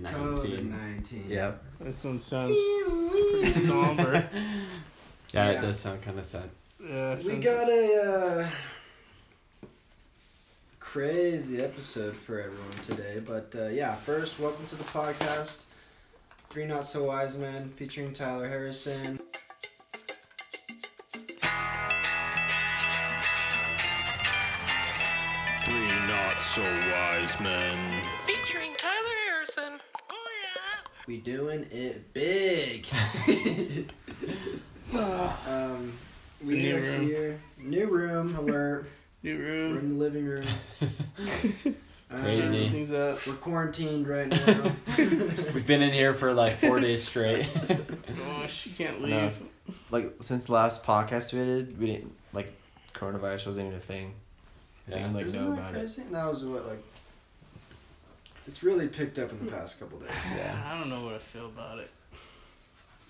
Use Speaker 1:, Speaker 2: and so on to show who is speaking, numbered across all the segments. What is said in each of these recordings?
Speaker 1: COVID
Speaker 2: nineteen.
Speaker 1: nineteen.
Speaker 2: Yep.
Speaker 3: This one sounds somber.
Speaker 2: Yeah,
Speaker 1: Yeah.
Speaker 2: it does sound kind of sad.
Speaker 3: Yeah, it
Speaker 1: We
Speaker 3: sounds-
Speaker 1: got a uh, crazy episode for everyone today, but uh, yeah, first, welcome to the podcast, Three Not So Wise Men, featuring Tyler Harrison.
Speaker 4: Three not so wise men.
Speaker 5: featuring Tyler Harrison. Oh yeah.
Speaker 1: We doing it big. um,
Speaker 3: It's a
Speaker 1: we
Speaker 3: new
Speaker 1: are
Speaker 3: room.
Speaker 1: here. New room alert.
Speaker 3: New
Speaker 1: We're in
Speaker 3: room.
Speaker 1: the living room. Um,
Speaker 2: Crazy.
Speaker 3: Everything's up.
Speaker 1: We're quarantined right now.
Speaker 2: We've been in here for like four days straight.
Speaker 3: Gosh, you can't
Speaker 6: I know.
Speaker 3: leave.
Speaker 6: like since the last podcast we did, we didn't like coronavirus wasn't even a thing. I
Speaker 2: yeah.
Speaker 6: didn't like
Speaker 1: Isn't
Speaker 6: know
Speaker 1: that
Speaker 6: about it.
Speaker 1: crazy? That was what like. It's really picked up in the past couple days.
Speaker 6: Yeah.
Speaker 3: I don't know what I feel about it.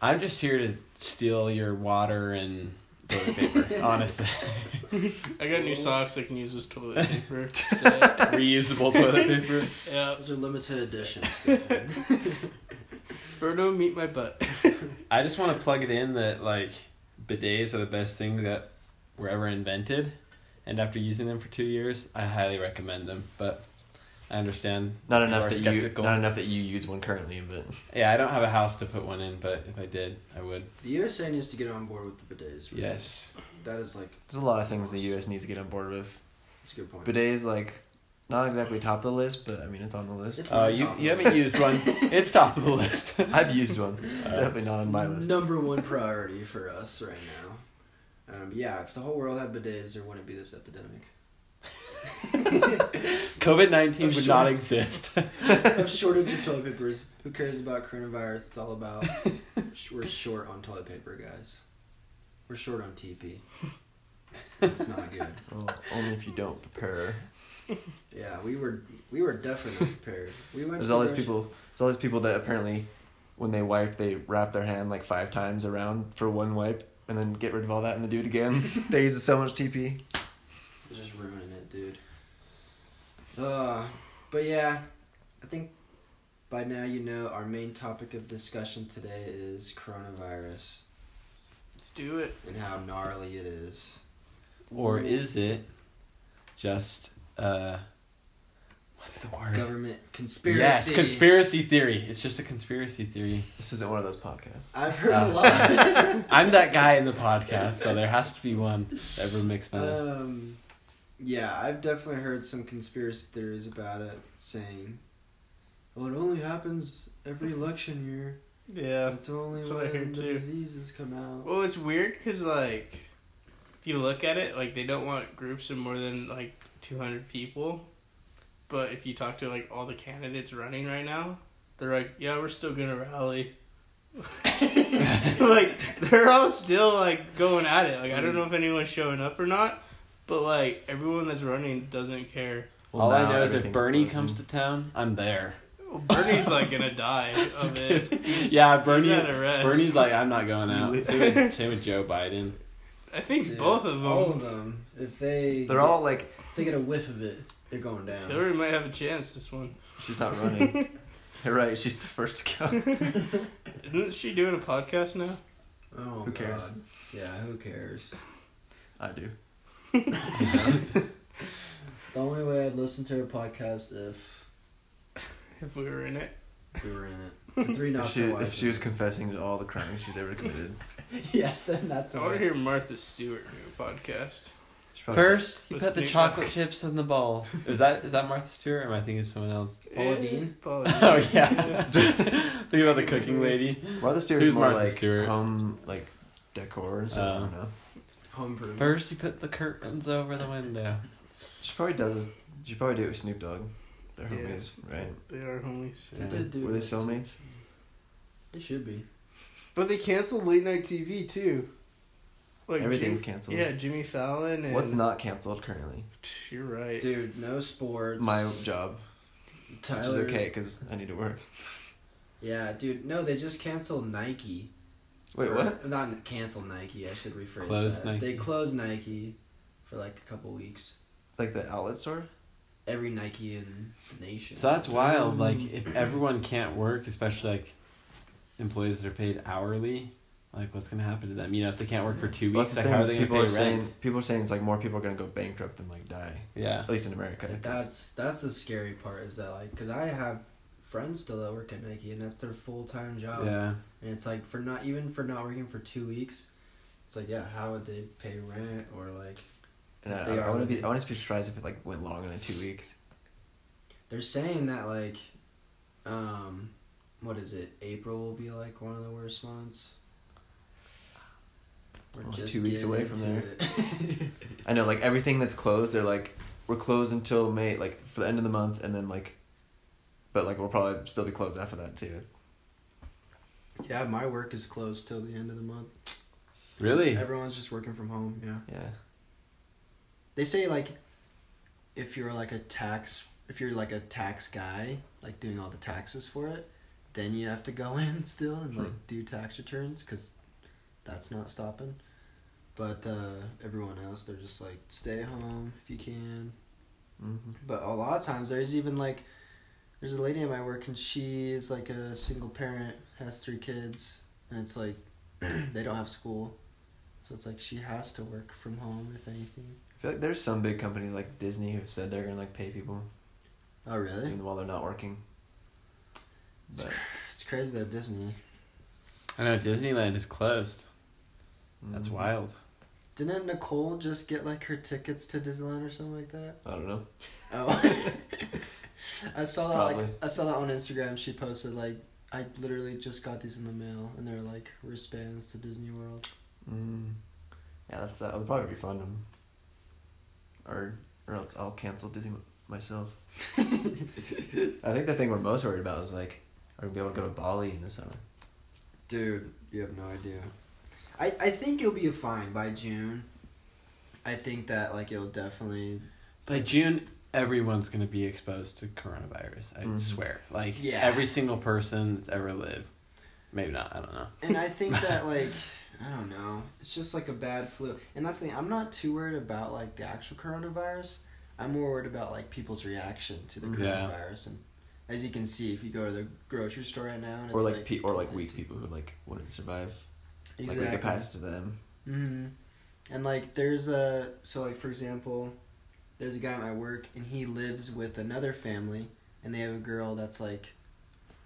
Speaker 2: I'm just here to steal your water and toilet paper. honestly,
Speaker 3: I got new socks I can use as toilet paper. So,
Speaker 2: reusable toilet paper.
Speaker 3: yeah.
Speaker 1: Those are limited editions. Stefan.
Speaker 3: Birdo, meet my butt.
Speaker 2: I just want to plug it in that like bidets are the best thing that were ever invented, and after using them for two years, I highly recommend them. But I understand
Speaker 6: Not
Speaker 2: you are
Speaker 6: enough that
Speaker 2: skeptical.
Speaker 6: you not enough that you use one currently, but
Speaker 2: yeah, I don't have a house to put one in, but if I did, I would.
Speaker 1: the USA needs to get on board with the bidets. right?
Speaker 2: Yes.
Speaker 1: that is like
Speaker 6: there's a lot of things the U.S. needs to get on board with.
Speaker 1: it's a good point.
Speaker 6: Bidet is like not exactly top of the list, but I mean it's on the list.
Speaker 1: It's-
Speaker 2: Uh,
Speaker 1: my
Speaker 2: you
Speaker 1: top
Speaker 2: you
Speaker 1: list.
Speaker 2: haven't used one. It's top of the list.
Speaker 6: I've used one. It's
Speaker 2: Uh,
Speaker 6: definitely not on my list.
Speaker 1: number one priority for us right now. Um, yeah, if the whole world had bidets, there wouldn't be this epidemic
Speaker 2: COVID nineteen
Speaker 1: Oh,
Speaker 2: would
Speaker 1: sure.
Speaker 2: not exist.
Speaker 1: of shortage of toilet papers. Who cares about coronavirus? It's all about sh- we're short on toilet paper, guys. We're short on TP. It's not good.
Speaker 6: Well, only if you don't prepare.
Speaker 1: Yeah, we were we were definitely prepared. We went.
Speaker 6: There's
Speaker 1: to
Speaker 6: all
Speaker 1: the
Speaker 6: these
Speaker 1: grocery-
Speaker 6: people. There's all these people that apparently, when they wipe, they wrap their hand like five times around for one wipe, and then get rid of all that and then do it again. they use so much TP.
Speaker 1: It's just ruining it, dude. Uh, but yeah, I think by now you know our main topic of discussion today is coronavirus
Speaker 3: Let's do it.
Speaker 1: and how gnarly it is.
Speaker 2: or is it just uh what's the word?
Speaker 1: Government conspiracy.
Speaker 2: Yes, conspiracy theory. It's just a conspiracy theory.
Speaker 6: This isn't one of those podcasts.
Speaker 1: I've heard
Speaker 2: Oh.
Speaker 1: a lot.
Speaker 2: I'm that guy in the podcast, so there has to be one that we're mixed in.
Speaker 1: um, yeah, I've definitely heard some conspiracy theories about it, saying, "Well, it only happens every election year."
Speaker 3: Yeah.
Speaker 1: It's only
Speaker 3: That's what I
Speaker 1: when
Speaker 3: heard
Speaker 1: the
Speaker 3: too.
Speaker 1: diseases come out.
Speaker 3: Well, it's weird because, like, if you look at it, like, they don't want groups of more than, like, 200 people. But if you talk to, like, all the candidates running right now, they're like, yeah, we're still going to rally. like, they're all still, like, going at it. Like, I don't know if anyone's showing up or not, but, like, everyone that's running doesn't care.
Speaker 6: Well,
Speaker 2: All I
Speaker 6: now
Speaker 2: know is if
Speaker 6: everything's
Speaker 2: Bernie
Speaker 6: frozen.
Speaker 2: comes to town, I'm there.
Speaker 3: Well, Bernie's, like, going to die of it. He's-
Speaker 2: yeah,
Speaker 3: he's
Speaker 2: Bernie.
Speaker 3: at arrest.
Speaker 2: Bernie's like, I'm not going out.
Speaker 6: Really?
Speaker 2: Same with, same with Joe Biden.
Speaker 3: I think
Speaker 1: Yeah.
Speaker 3: both of
Speaker 1: All of
Speaker 3: them.
Speaker 1: them. If they
Speaker 6: They're all like,
Speaker 1: if they get a whiff of it, they're going down.
Speaker 3: Hillary might have a chance this one.
Speaker 6: she's not running. You're right, she's the first to go.
Speaker 3: Isn't she doing a podcast now?
Speaker 1: oh,
Speaker 6: Who cares?
Speaker 1: God. Yeah, who cares?
Speaker 6: I do.
Speaker 1: The only way I'd listen to her podcast if
Speaker 3: If we were in it.
Speaker 1: we were in it. The three
Speaker 6: If
Speaker 1: not
Speaker 6: she,
Speaker 1: so wise.
Speaker 6: if she was confessing to all the crimes she's ever committed,
Speaker 1: yes, then that's
Speaker 3: I
Speaker 1: all.
Speaker 3: want to
Speaker 1: right.
Speaker 3: hear Martha Stewart do a podcast.
Speaker 6: she probably-
Speaker 2: First, you
Speaker 3: Let's
Speaker 2: put the
Speaker 3: sneak
Speaker 2: chocolate
Speaker 3: up.
Speaker 2: chips on the ball. Is that is that Martha Stewart? Or am I thinking of someone else?
Speaker 1: Paula
Speaker 3: Eh,
Speaker 1: Dean?
Speaker 3: Paula Dean.
Speaker 2: Oh yeah. Think about the cooking lady.
Speaker 6: Martha Stewart
Speaker 2: Who's
Speaker 6: is more
Speaker 2: Martha
Speaker 6: like
Speaker 2: Stewart?
Speaker 6: home like decor and stuff. I
Speaker 2: Oh.
Speaker 6: don't know.
Speaker 1: Home improvement.
Speaker 2: First, you put the curtains over the window.
Speaker 6: She probably does this. She probably did it with Snoop Dogg. They're
Speaker 3: Yeah.
Speaker 6: homies, right?
Speaker 3: They are homies.
Speaker 1: Did
Speaker 2: Yeah.
Speaker 1: they do
Speaker 6: Were they
Speaker 1: it?
Speaker 6: cellmates?
Speaker 1: They should be.
Speaker 3: But they canceled late night TV too. Like
Speaker 6: Everything's
Speaker 3: Jim-
Speaker 6: canceled.
Speaker 3: Yeah, Jimmy Fallon and
Speaker 6: What's not canceled currently?
Speaker 3: You're right.
Speaker 1: Dude, no sports.
Speaker 6: My job,
Speaker 1: Tyler.
Speaker 6: which is okay because I need to work.
Speaker 1: Yeah, dude. No, they just canceled Nike.
Speaker 6: Wait,
Speaker 1: for-
Speaker 6: what?
Speaker 1: Not cancel Nike. I should rephrase
Speaker 2: Close
Speaker 1: that.
Speaker 2: Nike.
Speaker 1: They closed Nike for like a couple weeks.
Speaker 6: Like the outlet store?
Speaker 1: every Nike in the nation.
Speaker 2: So that's wild. Like if everyone can't work, especially like employees that are paid hourly, like what's gonna happen to them? You know, if they can't work for two
Speaker 6: Well, that's
Speaker 2: weeks, like
Speaker 6: the thing.
Speaker 2: how are
Speaker 6: is
Speaker 2: they gonna
Speaker 6: People
Speaker 2: pay
Speaker 6: are
Speaker 2: rent?
Speaker 6: saying people are saying it's like more people are gonna go bankrupt than like die.
Speaker 2: yeah.
Speaker 6: At least in America.
Speaker 1: Like,
Speaker 6: 'cause-
Speaker 1: that's that's the scary part is that like because I have friends still that work at Nike and that's their full time
Speaker 6: uh,
Speaker 1: job.
Speaker 2: Yeah.
Speaker 1: And it's like for not even for not working for two weeks, it's like yeah, how would they pay rent or like
Speaker 6: and
Speaker 1: if
Speaker 6: I-
Speaker 1: they
Speaker 6: I,
Speaker 1: are
Speaker 6: wouldn't be.
Speaker 1: living-
Speaker 6: I wouldn't be surprised if it like went longer than two weeks.
Speaker 1: they're saying that like, um, what is it? April will be like one of the worst months. We're
Speaker 6: Only two weeks
Speaker 1: getting
Speaker 6: away from
Speaker 1: into it.
Speaker 6: I know, like everything that's closed, they're like, we're closed until May, like for the end of the month, and then like, but like we'll probably still be closed after that too. It's,
Speaker 1: yeah, my work is closed till the end of the month.
Speaker 2: Really?
Speaker 1: Everyone's just working from home. Yeah.
Speaker 6: yeah,
Speaker 1: They say like, if you're like a tax, if you're like a tax guy, like doing all the taxes for it, then you have to go in still and like do tax returns because that's not stopping. But uh, everyone else, they're just like stay home if you can.
Speaker 6: mm-hmm.
Speaker 1: But a lot of times, there's even like, there's a lady at my work and she is like a single parent, has three kids, and it's like, they don't have school, so it's like she has to work from home if anything.
Speaker 6: I feel like there's some big companies like Disney who've said they're gonna like pay people
Speaker 1: Oh really?
Speaker 6: even while they're not working.
Speaker 1: It's,
Speaker 6: But
Speaker 1: cr- it's crazy that Disney
Speaker 2: I know Disneyland is closed. That's
Speaker 6: Mhm.
Speaker 2: wild.
Speaker 1: didn't Nicole just get like her tickets to Disneyland or something like that.
Speaker 6: I don't know.
Speaker 1: Oh, I saw that like
Speaker 6: Probably.
Speaker 1: I saw that on Instagram. She posted like I literally just got these in the mail, and they're like wristbands to Disney World.
Speaker 6: Mm. Yeah, that's that. I'll probably refund them, or or else I'll cancel Disney m- myself. I think the thing we're most worried about is like, are we gonna be able to go to Bali in the summer?
Speaker 1: Dude, you have no idea. I, I think you'll be fine by June. I think that like it'll definitely
Speaker 2: By June, everyone's gonna be exposed to coronavirus. I
Speaker 6: Mhm.
Speaker 2: swear. Like
Speaker 1: Yeah.
Speaker 2: every single person that's ever lived. Maybe not. I don't know.
Speaker 1: and I think that like I don't know. It's just like a bad flu. And that's the thing, I'm not too worried about like the actual coronavirus. I'm more worried about like people's reaction to the
Speaker 2: Yeah.
Speaker 1: coronavirus and as you can see if you go to the grocery store right now and
Speaker 6: or
Speaker 1: it's
Speaker 6: like,
Speaker 1: like
Speaker 6: pe- or like weak people who like wouldn't survive.
Speaker 1: Exactly.
Speaker 6: Like we could pass it to them.
Speaker 1: hmm And like, there's a so like for example, there's a guy at my work, and he lives with another family, and they have a girl that's like,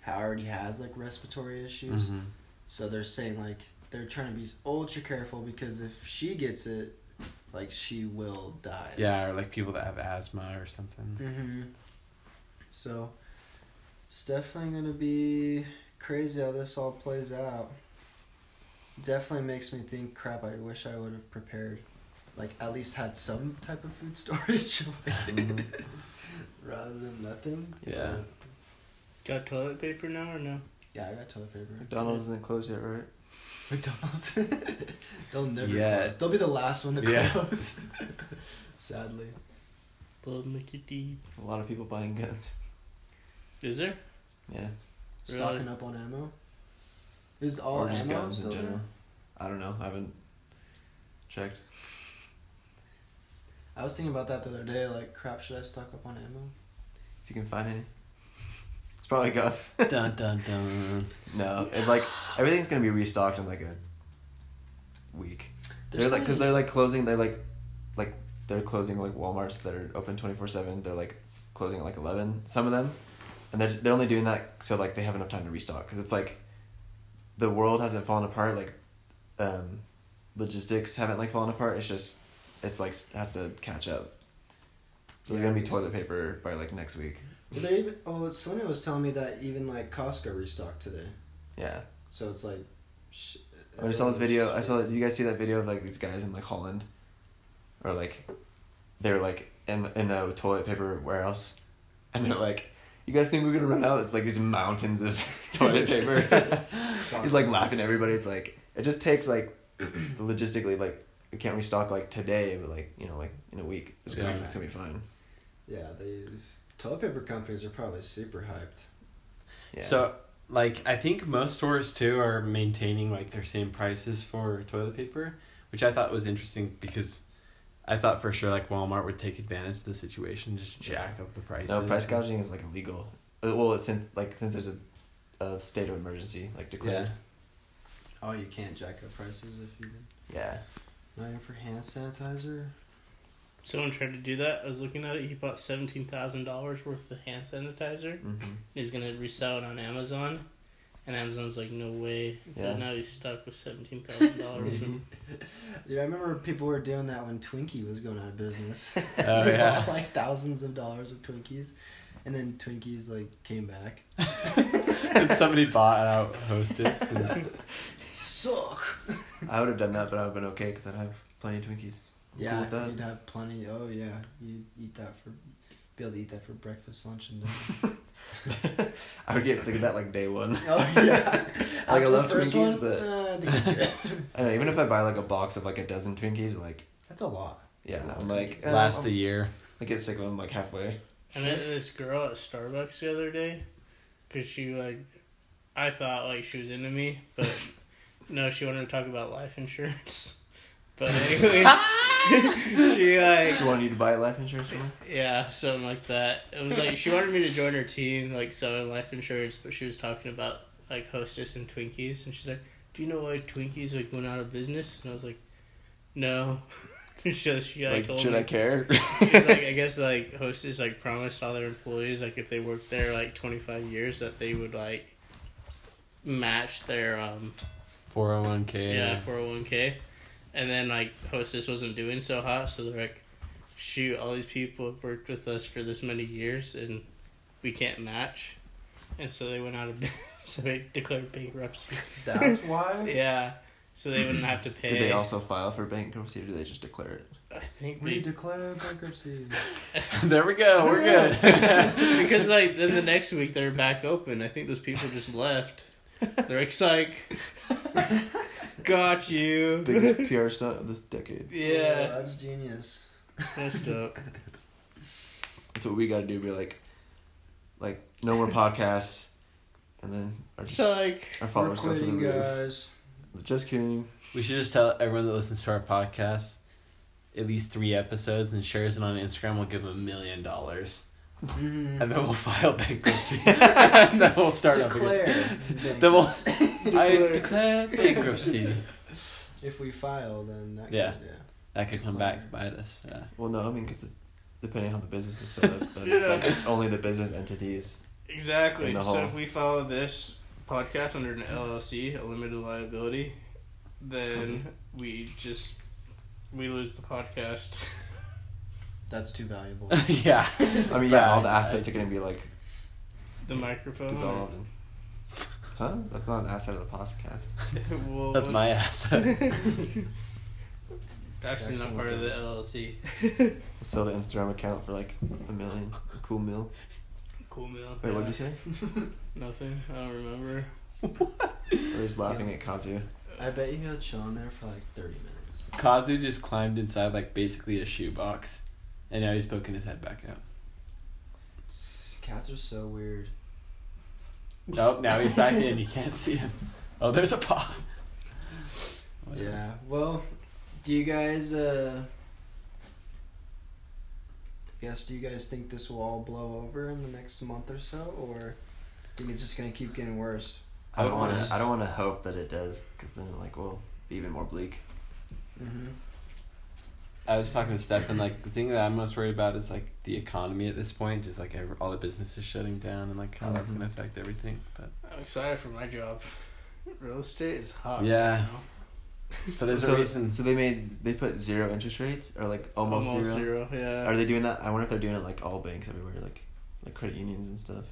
Speaker 1: ha- already has like respiratory issues.
Speaker 6: Mm-hmm.
Speaker 2: Mhm.
Speaker 1: So they're saying like they're trying to be ultra careful because if she gets it, like she will die.
Speaker 2: Yeah, or like people that have asthma or something.
Speaker 1: hmm So, it's definitely gonna be crazy how this all plays out. Definitely makes me think. Crap! I wish I would have prepared, like at least had some type of food storage, like, rather than nothing.
Speaker 2: Yeah.
Speaker 3: Got toilet paper now or no?
Speaker 1: Yeah, I got toilet paper.
Speaker 6: McDonald's isn't closed yet, right?
Speaker 1: McDonald's. They'll never
Speaker 2: Yeah.
Speaker 1: close. They'll be the last one to
Speaker 2: Yeah.
Speaker 1: close. Sadly.
Speaker 3: Love Mickey D.
Speaker 6: A lot of people buying guns.
Speaker 3: Is there?
Speaker 6: Yeah.
Speaker 3: Really?
Speaker 1: Stocking up on ammo. Is all
Speaker 6: or just
Speaker 1: ammo
Speaker 6: guns
Speaker 1: Oh, still
Speaker 6: in
Speaker 1: there?
Speaker 6: general. I don't know. I haven't checked.
Speaker 1: I was thinking about that the other day. Like, crap, should I stock up on ammo?
Speaker 6: If you can find any. It's probably gone.
Speaker 2: dun dun dun.
Speaker 6: No. It, like everything's gonna be restocked in like a week. They're, like because they're like closing. They're like like they're closing like WalMarts that are open twenty four seven. They're like closing at like eleven. Some of them, and they're they're only doing that so like they have enough time to restock because it's like the world hasn't fallen apart. Like um, logistics haven't like fallen apart. It's just it's like s- has to catch up. There's
Speaker 1: Yeah,
Speaker 6: gonna be
Speaker 1: there's-
Speaker 6: toilet paper by like next week.
Speaker 1: Well, they even. Oh, Selena was telling me that even like Costco restocked today.
Speaker 6: Yeah.
Speaker 1: So it's like. Sh-
Speaker 6: Oh, I just saw this video. I
Speaker 1: everyone's-
Speaker 6: saw that. Did you guys see that video of like these guys in like Holland, or like, they're like in in the toilet paper warehouse, and they're like, "You guys think we're gonna run out?" It's like these mountains of toilet paper. He's like laughing at everybody. It's like it just takes like logistically like we can't restock like today, but like you know like in a week it's gonna, be,
Speaker 2: Yeah.
Speaker 6: it's gonna be fine.
Speaker 1: Yeah, these toilet paper companies are probably super hyped.
Speaker 6: Yeah.
Speaker 2: So, like, I think most stores too are maintaining like their same prices for toilet paper, which I thought was interesting because I thought for sure like Walmart would take advantage of the situation, just jack up the prices.
Speaker 6: No, price gouging is like illegal. Uh, Well, it's since like since there's a, a state of emergency like
Speaker 2: Yeah,
Speaker 6: declared.
Speaker 1: Oh, you can't jack up prices if you
Speaker 6: Yeah.
Speaker 1: not even for hand sanitizer.
Speaker 3: Someone tried to do that. I was looking at it. He bought seventeen thousand dollars worth of hand sanitizer.
Speaker 6: Mm-hmm.
Speaker 3: He's gonna resell it on Amazon, and Amazon's like, "No way!" So
Speaker 6: Yeah.
Speaker 3: now he's stuck with seventeen thousand dollars.
Speaker 1: Dude, I remember people were doing that when Twinkie was going out of business.
Speaker 2: Oh,
Speaker 1: They
Speaker 2: yeah.
Speaker 1: bought, like thousands of dollars of Twinkies, and then Twinkies like came back.
Speaker 2: and somebody bought out Hostess. And,
Speaker 1: Suck.
Speaker 6: I would have done that, but I would have been okay because I'd have plenty of Twinkies. I'm
Speaker 1: Yeah,
Speaker 6: cool with
Speaker 1: you'd
Speaker 6: that.
Speaker 1: have plenty. Oh yeah, you eat that for, be able to eat that for breakfast, lunch, and dinner.
Speaker 6: I would get sick of that like day one.
Speaker 1: oh yeah.
Speaker 6: Like, I
Speaker 1: After the
Speaker 6: love
Speaker 1: first
Speaker 6: Twinkies,
Speaker 1: one,
Speaker 6: but-
Speaker 1: uh, I think you're good.
Speaker 6: I don't know even if I buy like a box of like a dozen Twinkies, like
Speaker 1: that's a lot.
Speaker 6: yeah,
Speaker 1: That's a lot
Speaker 6: I'm
Speaker 1: of
Speaker 6: like eh,
Speaker 2: Last
Speaker 6: I'll-
Speaker 2: a year.
Speaker 6: I get sick of them like halfway.
Speaker 3: I met this girl at Starbucks the other day, cause she like, I thought like she was into me, but no, she wanted to talk about life insurance. But anyways, she like
Speaker 6: She wanted you to buy life insurance from her.
Speaker 3: Yeah, something like that. It was like she wanted me to join her team, like selling life insurance, but she was talking about like Hostess and Twinkies, and she's like, "Do you know why Twinkies like went out of business?" And I was like, "No." so she like,
Speaker 6: Like,
Speaker 3: told
Speaker 6: should
Speaker 3: me.
Speaker 6: I care?
Speaker 3: she's like, I guess like Hostess like promised all their employees like if they worked there like twenty five years that they would like match their um
Speaker 2: 401k.
Speaker 3: yeah, four hundred one k, and then like Hostess wasn't doing so hot, so they're like, shoot, all these people have worked with us for this many years, and we can't match, and so they went out of, so they declared bankruptcy.
Speaker 1: That's why.
Speaker 3: yeah, so they wouldn't have to pay.
Speaker 6: Oh, Did they also file for bankruptcy or do they just declare it?
Speaker 3: I think
Speaker 1: We
Speaker 3: they,
Speaker 1: declare bankruptcy.
Speaker 2: there we go. We're good.
Speaker 3: because like then the next week they're back open. I think those people just left. They're like, psych, got you.
Speaker 6: Biggest PR stunt of this decade.
Speaker 1: Oh,
Speaker 3: yeah,
Speaker 1: that's genius.
Speaker 3: messed up.
Speaker 6: That's what we gotta do. Be like, like no more podcasts, and then our, just,
Speaker 3: Psych.
Speaker 6: our
Speaker 1: We're
Speaker 6: followers go through the
Speaker 1: quitting,
Speaker 6: roof.
Speaker 1: guys.
Speaker 6: Just kidding.
Speaker 2: we should just tell everyone that listens to our podcast at least three episodes and shares it on Instagram. We'll give them a million dollars.
Speaker 1: Mm.
Speaker 2: And then we'll file bankruptcy. and then we'll start up again.
Speaker 1: Declare.
Speaker 2: Then we'll-
Speaker 1: bankruptcy.
Speaker 2: I declare bankruptcy.
Speaker 1: if we file, then that
Speaker 2: Yeah.
Speaker 1: Could, yeah.
Speaker 2: That could come back uh, and bite us. Yeah.
Speaker 6: Well, no, I mean, because depending on how the business is set up, but it's like only the business entities.
Speaker 3: Exactly.
Speaker 6: in the
Speaker 3: So
Speaker 6: hole.
Speaker 3: if we follow this podcast under an LLC, a limited liability, then we just we lose the podcast.
Speaker 1: That's too valuable.
Speaker 2: yeah.
Speaker 6: I mean,
Speaker 2: But
Speaker 6: yeah, all the
Speaker 2: I-
Speaker 6: assets are gonna be like
Speaker 3: The microphone.
Speaker 6: dissolved. And, huh? That's not an asset of the podcast.
Speaker 3: Well,
Speaker 2: That's my asset.
Speaker 3: Actually, not part of the LLC.
Speaker 6: We'll sell the Instagram account for like a million, a cool mil.
Speaker 3: cool meal.
Speaker 6: Wait, what did you say?
Speaker 3: Nothing. I don't remember.
Speaker 6: Or he's laughing at Kazuya.
Speaker 1: I bet you he'll chill in there for like 30 minutes.
Speaker 2: Kazu just climbed inside like basically a shoebox. And now he's poking his head back out.
Speaker 1: S- Cats are so weird.
Speaker 2: Nope, Oh, now he's back in. You can't see him. Oh, there's a paw. Whatever.
Speaker 1: Yeah. Well, do you guys, uh. I guess, do you guys think this will all blow over in the next month or so? Or think it's just gonna keep getting worse?
Speaker 6: I don't want
Speaker 2: Hopefully.
Speaker 6: to. I don't want to hope that it does, because then like, well, be even more bleak.
Speaker 1: Mm-hmm.
Speaker 2: I was talking to Stefan. Like the thing that I'm most worried about is like the economy at this point. Just like every, all the businesses shutting down and like how that's
Speaker 6: Mhm.
Speaker 2: gonna affect everything. But
Speaker 3: I'm excited for my job. Real estate is hot.
Speaker 2: Yeah.
Speaker 3: right now.
Speaker 2: but there's
Speaker 6: so,
Speaker 2: a reason.
Speaker 6: So they made they put zero interest rates or like almost,
Speaker 3: Almost zero.
Speaker 6: zero.
Speaker 3: Yeah.
Speaker 6: Are they doing that? I wonder if they're doing it like all banks everywhere, like like credit unions and stuff.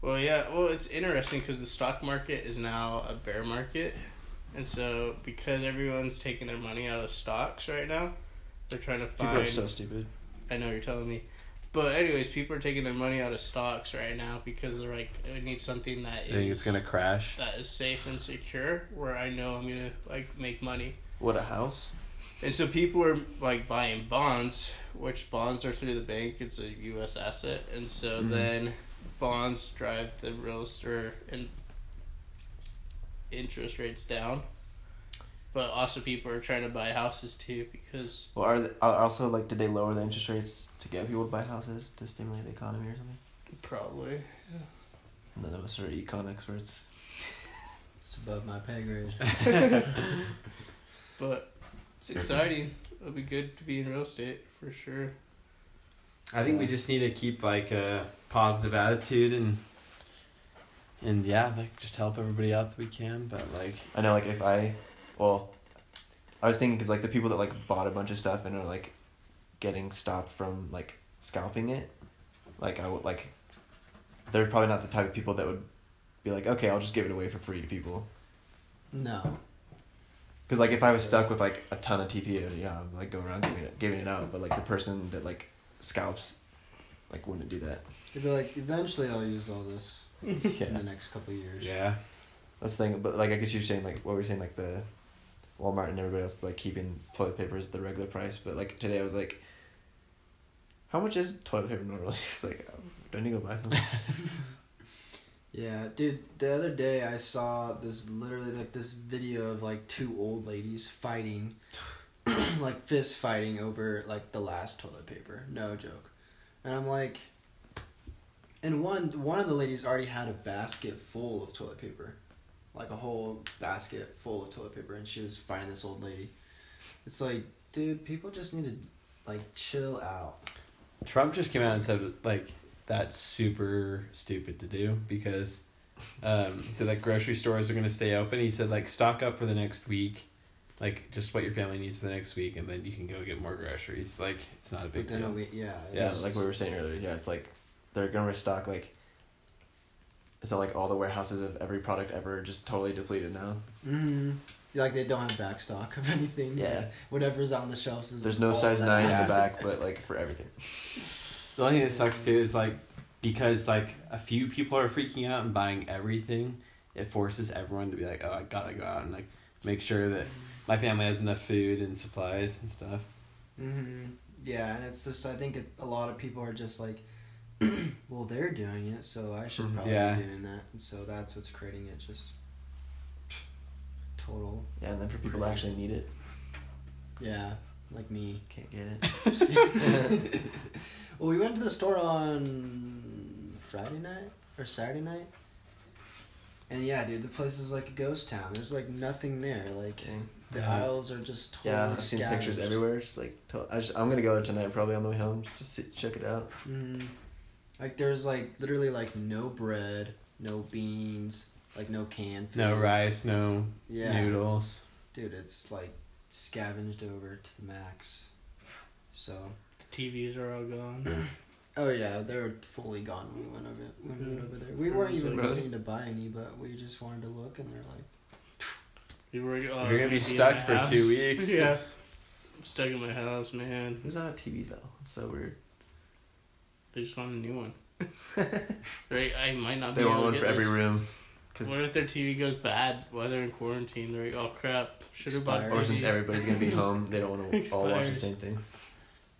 Speaker 3: Well, yeah. Well, it's interesting because the stock market is now a bear market, and so because everyone's taking their money out of stocks right now, they're trying to
Speaker 6: People
Speaker 3: find.
Speaker 6: are so stupid.
Speaker 3: I know you're telling me, but anyways, people are taking their money out of stocks right now because they're like, I need something that
Speaker 2: I think it's
Speaker 3: is-
Speaker 2: gonna crash.
Speaker 3: that is safe and secure where I know I'm gonna like make money.
Speaker 6: What a house.
Speaker 3: And so people are like buying bonds, which bonds are through the bank. It's a U.S. asset, and so
Speaker 2: Mm-hmm.
Speaker 6: Mhm.
Speaker 3: then bonds drive the real estate and interest rates down. but also people are trying to buy houses too because
Speaker 6: Well, are, they, are also like did they lower the interest rates to get people to buy houses to stimulate the economy or something?
Speaker 3: probably
Speaker 6: None of us are econ experts.
Speaker 1: It's above my pay grade.
Speaker 3: but it's
Speaker 2: Mm-hmm.
Speaker 3: exciting it'll be good to be in real estate for sure
Speaker 2: I think we just need to keep like a positive attitude and and yeah, like just help everybody out that we can. But like,
Speaker 6: I know, like if I, well, I was thinking because like the people that like bought a bunch of stuff and are like getting stopped from like scalping it, like I would like, they're probably not the type of people that would be like, okay, I'll just give it away for free to people.
Speaker 1: No.
Speaker 6: Because like if I was stuck with like a ton of TPO, yeah, I'd like go around giving it giving it out. But like the person that like scalps, like wouldn't do that.
Speaker 1: It'd be like, eventually I'll use all this in
Speaker 6: yeah.
Speaker 1: the next couple of years.
Speaker 2: yeah,
Speaker 6: That's the thing, but like I guess you're saying like what we were saying like the Walmart and everybody else is like keeping toilet paper is the regular price, but like today I was like, how much is toilet paper normally? It's like, oh, don't you go buy some?
Speaker 1: Yeah, dude, the other day I saw this literally like this video of like two old ladies fighting, like fist fighting over like the last toilet paper. No joke. And I'm like, and one one of the ladies already had a basket full of toilet paper, like a whole basket full of toilet paper, and she was fighting this old lady. It's like, dude, people just need to like chill out.
Speaker 2: Trump just came out and said like that's super stupid to do because um, he said like grocery stores are gonna stay open. He said like stock up for the next week, like just what your family needs for the next week, and then you can go get more groceries. Like it's not a big
Speaker 1: Within a
Speaker 2: deal.
Speaker 1: week, yeah. it's
Speaker 6: yeah, like
Speaker 1: just-
Speaker 6: we were saying earlier. Yeah, it's like they're gonna restock like. Is that like all the warehouses of every product ever just totally depleted now?
Speaker 1: Mm-hmm. Like they don't have backstock of anything.
Speaker 6: Yeah.
Speaker 1: Like, whatever's on the shelves is.
Speaker 6: There's no
Speaker 1: all
Speaker 6: size
Speaker 1: that
Speaker 6: nine
Speaker 1: they
Speaker 6: in the
Speaker 1: have.
Speaker 6: back, but like for everything.
Speaker 2: The only thing that sucks too is like because like a few people are freaking out and buying everything, it forces everyone to be like, oh, I gotta go out and like make sure that my family has enough food and supplies and stuff.
Speaker 1: hmm Yeah, and it's just I think it, a lot of people are just like, well, they're doing it, so I should
Speaker 6: Mhm.
Speaker 1: probably
Speaker 2: Yeah.
Speaker 1: be doing that, and so that's what's creating it. Just total.
Speaker 6: Yeah, and then for people that actually need it,
Speaker 1: Yeah, like me.
Speaker 6: can't get it.
Speaker 1: Well, we went to the store on Friday night or Saturday night. And yeah, dude, the place is like a ghost town. There's like nothing there. Like
Speaker 6: Dang.
Speaker 1: the
Speaker 2: Yeah.
Speaker 1: aisles are just totally
Speaker 6: Yeah, I've seen
Speaker 1: scattered.
Speaker 6: pictures everywhere. Just like, to- I just, I'm gonna go there tonight, probably on the way home. Just sit, check it out.
Speaker 1: Mhm. Like there's like literally like no bread, no beans, like no canned food.
Speaker 2: No rice, no
Speaker 1: Yeah.
Speaker 2: noodles.
Speaker 1: Dude, it's like scavenged over to the max. So
Speaker 3: the TVs are all
Speaker 2: Mm-hmm.
Speaker 3: gone
Speaker 1: Oh yeah, they were fully gone when we went over when we went
Speaker 3: Yeah.
Speaker 1: over there. We weren't even
Speaker 6: Really?
Speaker 1: willing to buy any, but we just wanted to look, and they're like,
Speaker 3: you were, oh,
Speaker 2: You're gonna be
Speaker 3: in
Speaker 2: stuck
Speaker 3: my
Speaker 2: for
Speaker 3: house.
Speaker 2: two weeks.
Speaker 3: yeah I'm stuck in my house man
Speaker 6: Who's on TV though? It's so weird.
Speaker 3: they just want a new one right I might not
Speaker 6: They
Speaker 3: be
Speaker 6: want
Speaker 3: able
Speaker 6: one
Speaker 3: to
Speaker 6: for
Speaker 3: get
Speaker 6: every
Speaker 3: this.
Speaker 6: room. 'Cause-
Speaker 3: What if their TV goes bad while they're in quarantine? They're like, oh crap, should have bought a
Speaker 1: Expired.
Speaker 6: Or since
Speaker 3: TV.
Speaker 6: everybody's gonna be home, they don't want to all watch the
Speaker 3: Expired.
Speaker 6: same thing.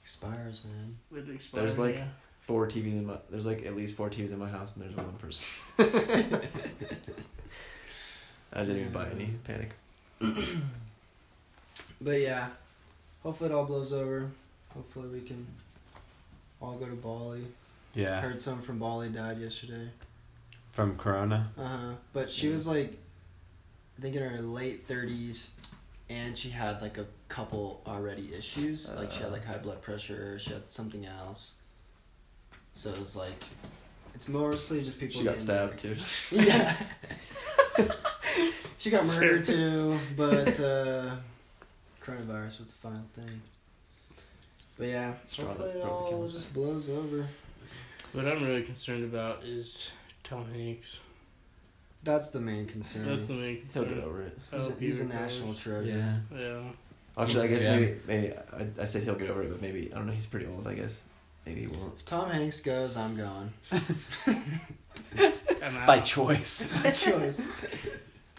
Speaker 1: expires, man.
Speaker 3: It expired,
Speaker 6: There's like
Speaker 3: yeah.
Speaker 6: four TVs in my. There's like at least four TVs in my house, and there's one person. I didn't even buy any. Panic.
Speaker 1: But yeah, hopefully it all blows over. Hopefully we can all go to Bali.
Speaker 2: Yeah,
Speaker 1: Heard someone from Bali died yesterday.
Speaker 2: from Corona.
Speaker 1: Uh huh. But she was like, I think in her late thirties, and she had like a couple already issues. like she had
Speaker 6: Uh.
Speaker 1: like high blood pressure. She had something else. So it was like, it's mostly just people.
Speaker 6: She got
Speaker 1: getting-
Speaker 6: stabbed too.
Speaker 1: Yeah. she got murdered too, but uh, coronavirus was the final thing. But yeah,
Speaker 6: Straw that
Speaker 1: hopefully it
Speaker 6: broke the
Speaker 1: all
Speaker 6: camel's
Speaker 1: just blows over.
Speaker 3: What I'm really concerned about is Tom Hanks.
Speaker 1: That's the main concern.
Speaker 3: That's the main
Speaker 6: He'll get
Speaker 3: concern.
Speaker 6: over it.
Speaker 3: I
Speaker 1: he's a,
Speaker 3: hope he
Speaker 1: he's a
Speaker 3: recovers.
Speaker 1: national treasure.
Speaker 2: Yeah.
Speaker 3: Yeah.
Speaker 6: Actually, I guess
Speaker 2: Yeah.
Speaker 6: maybe maybe I, I said he'll get over it, but maybe I don't know. He's pretty old. I guess maybe he won't.
Speaker 1: If Tom Hanks goes, I'm gone.
Speaker 3: I'm out.
Speaker 2: By choice.
Speaker 1: choice.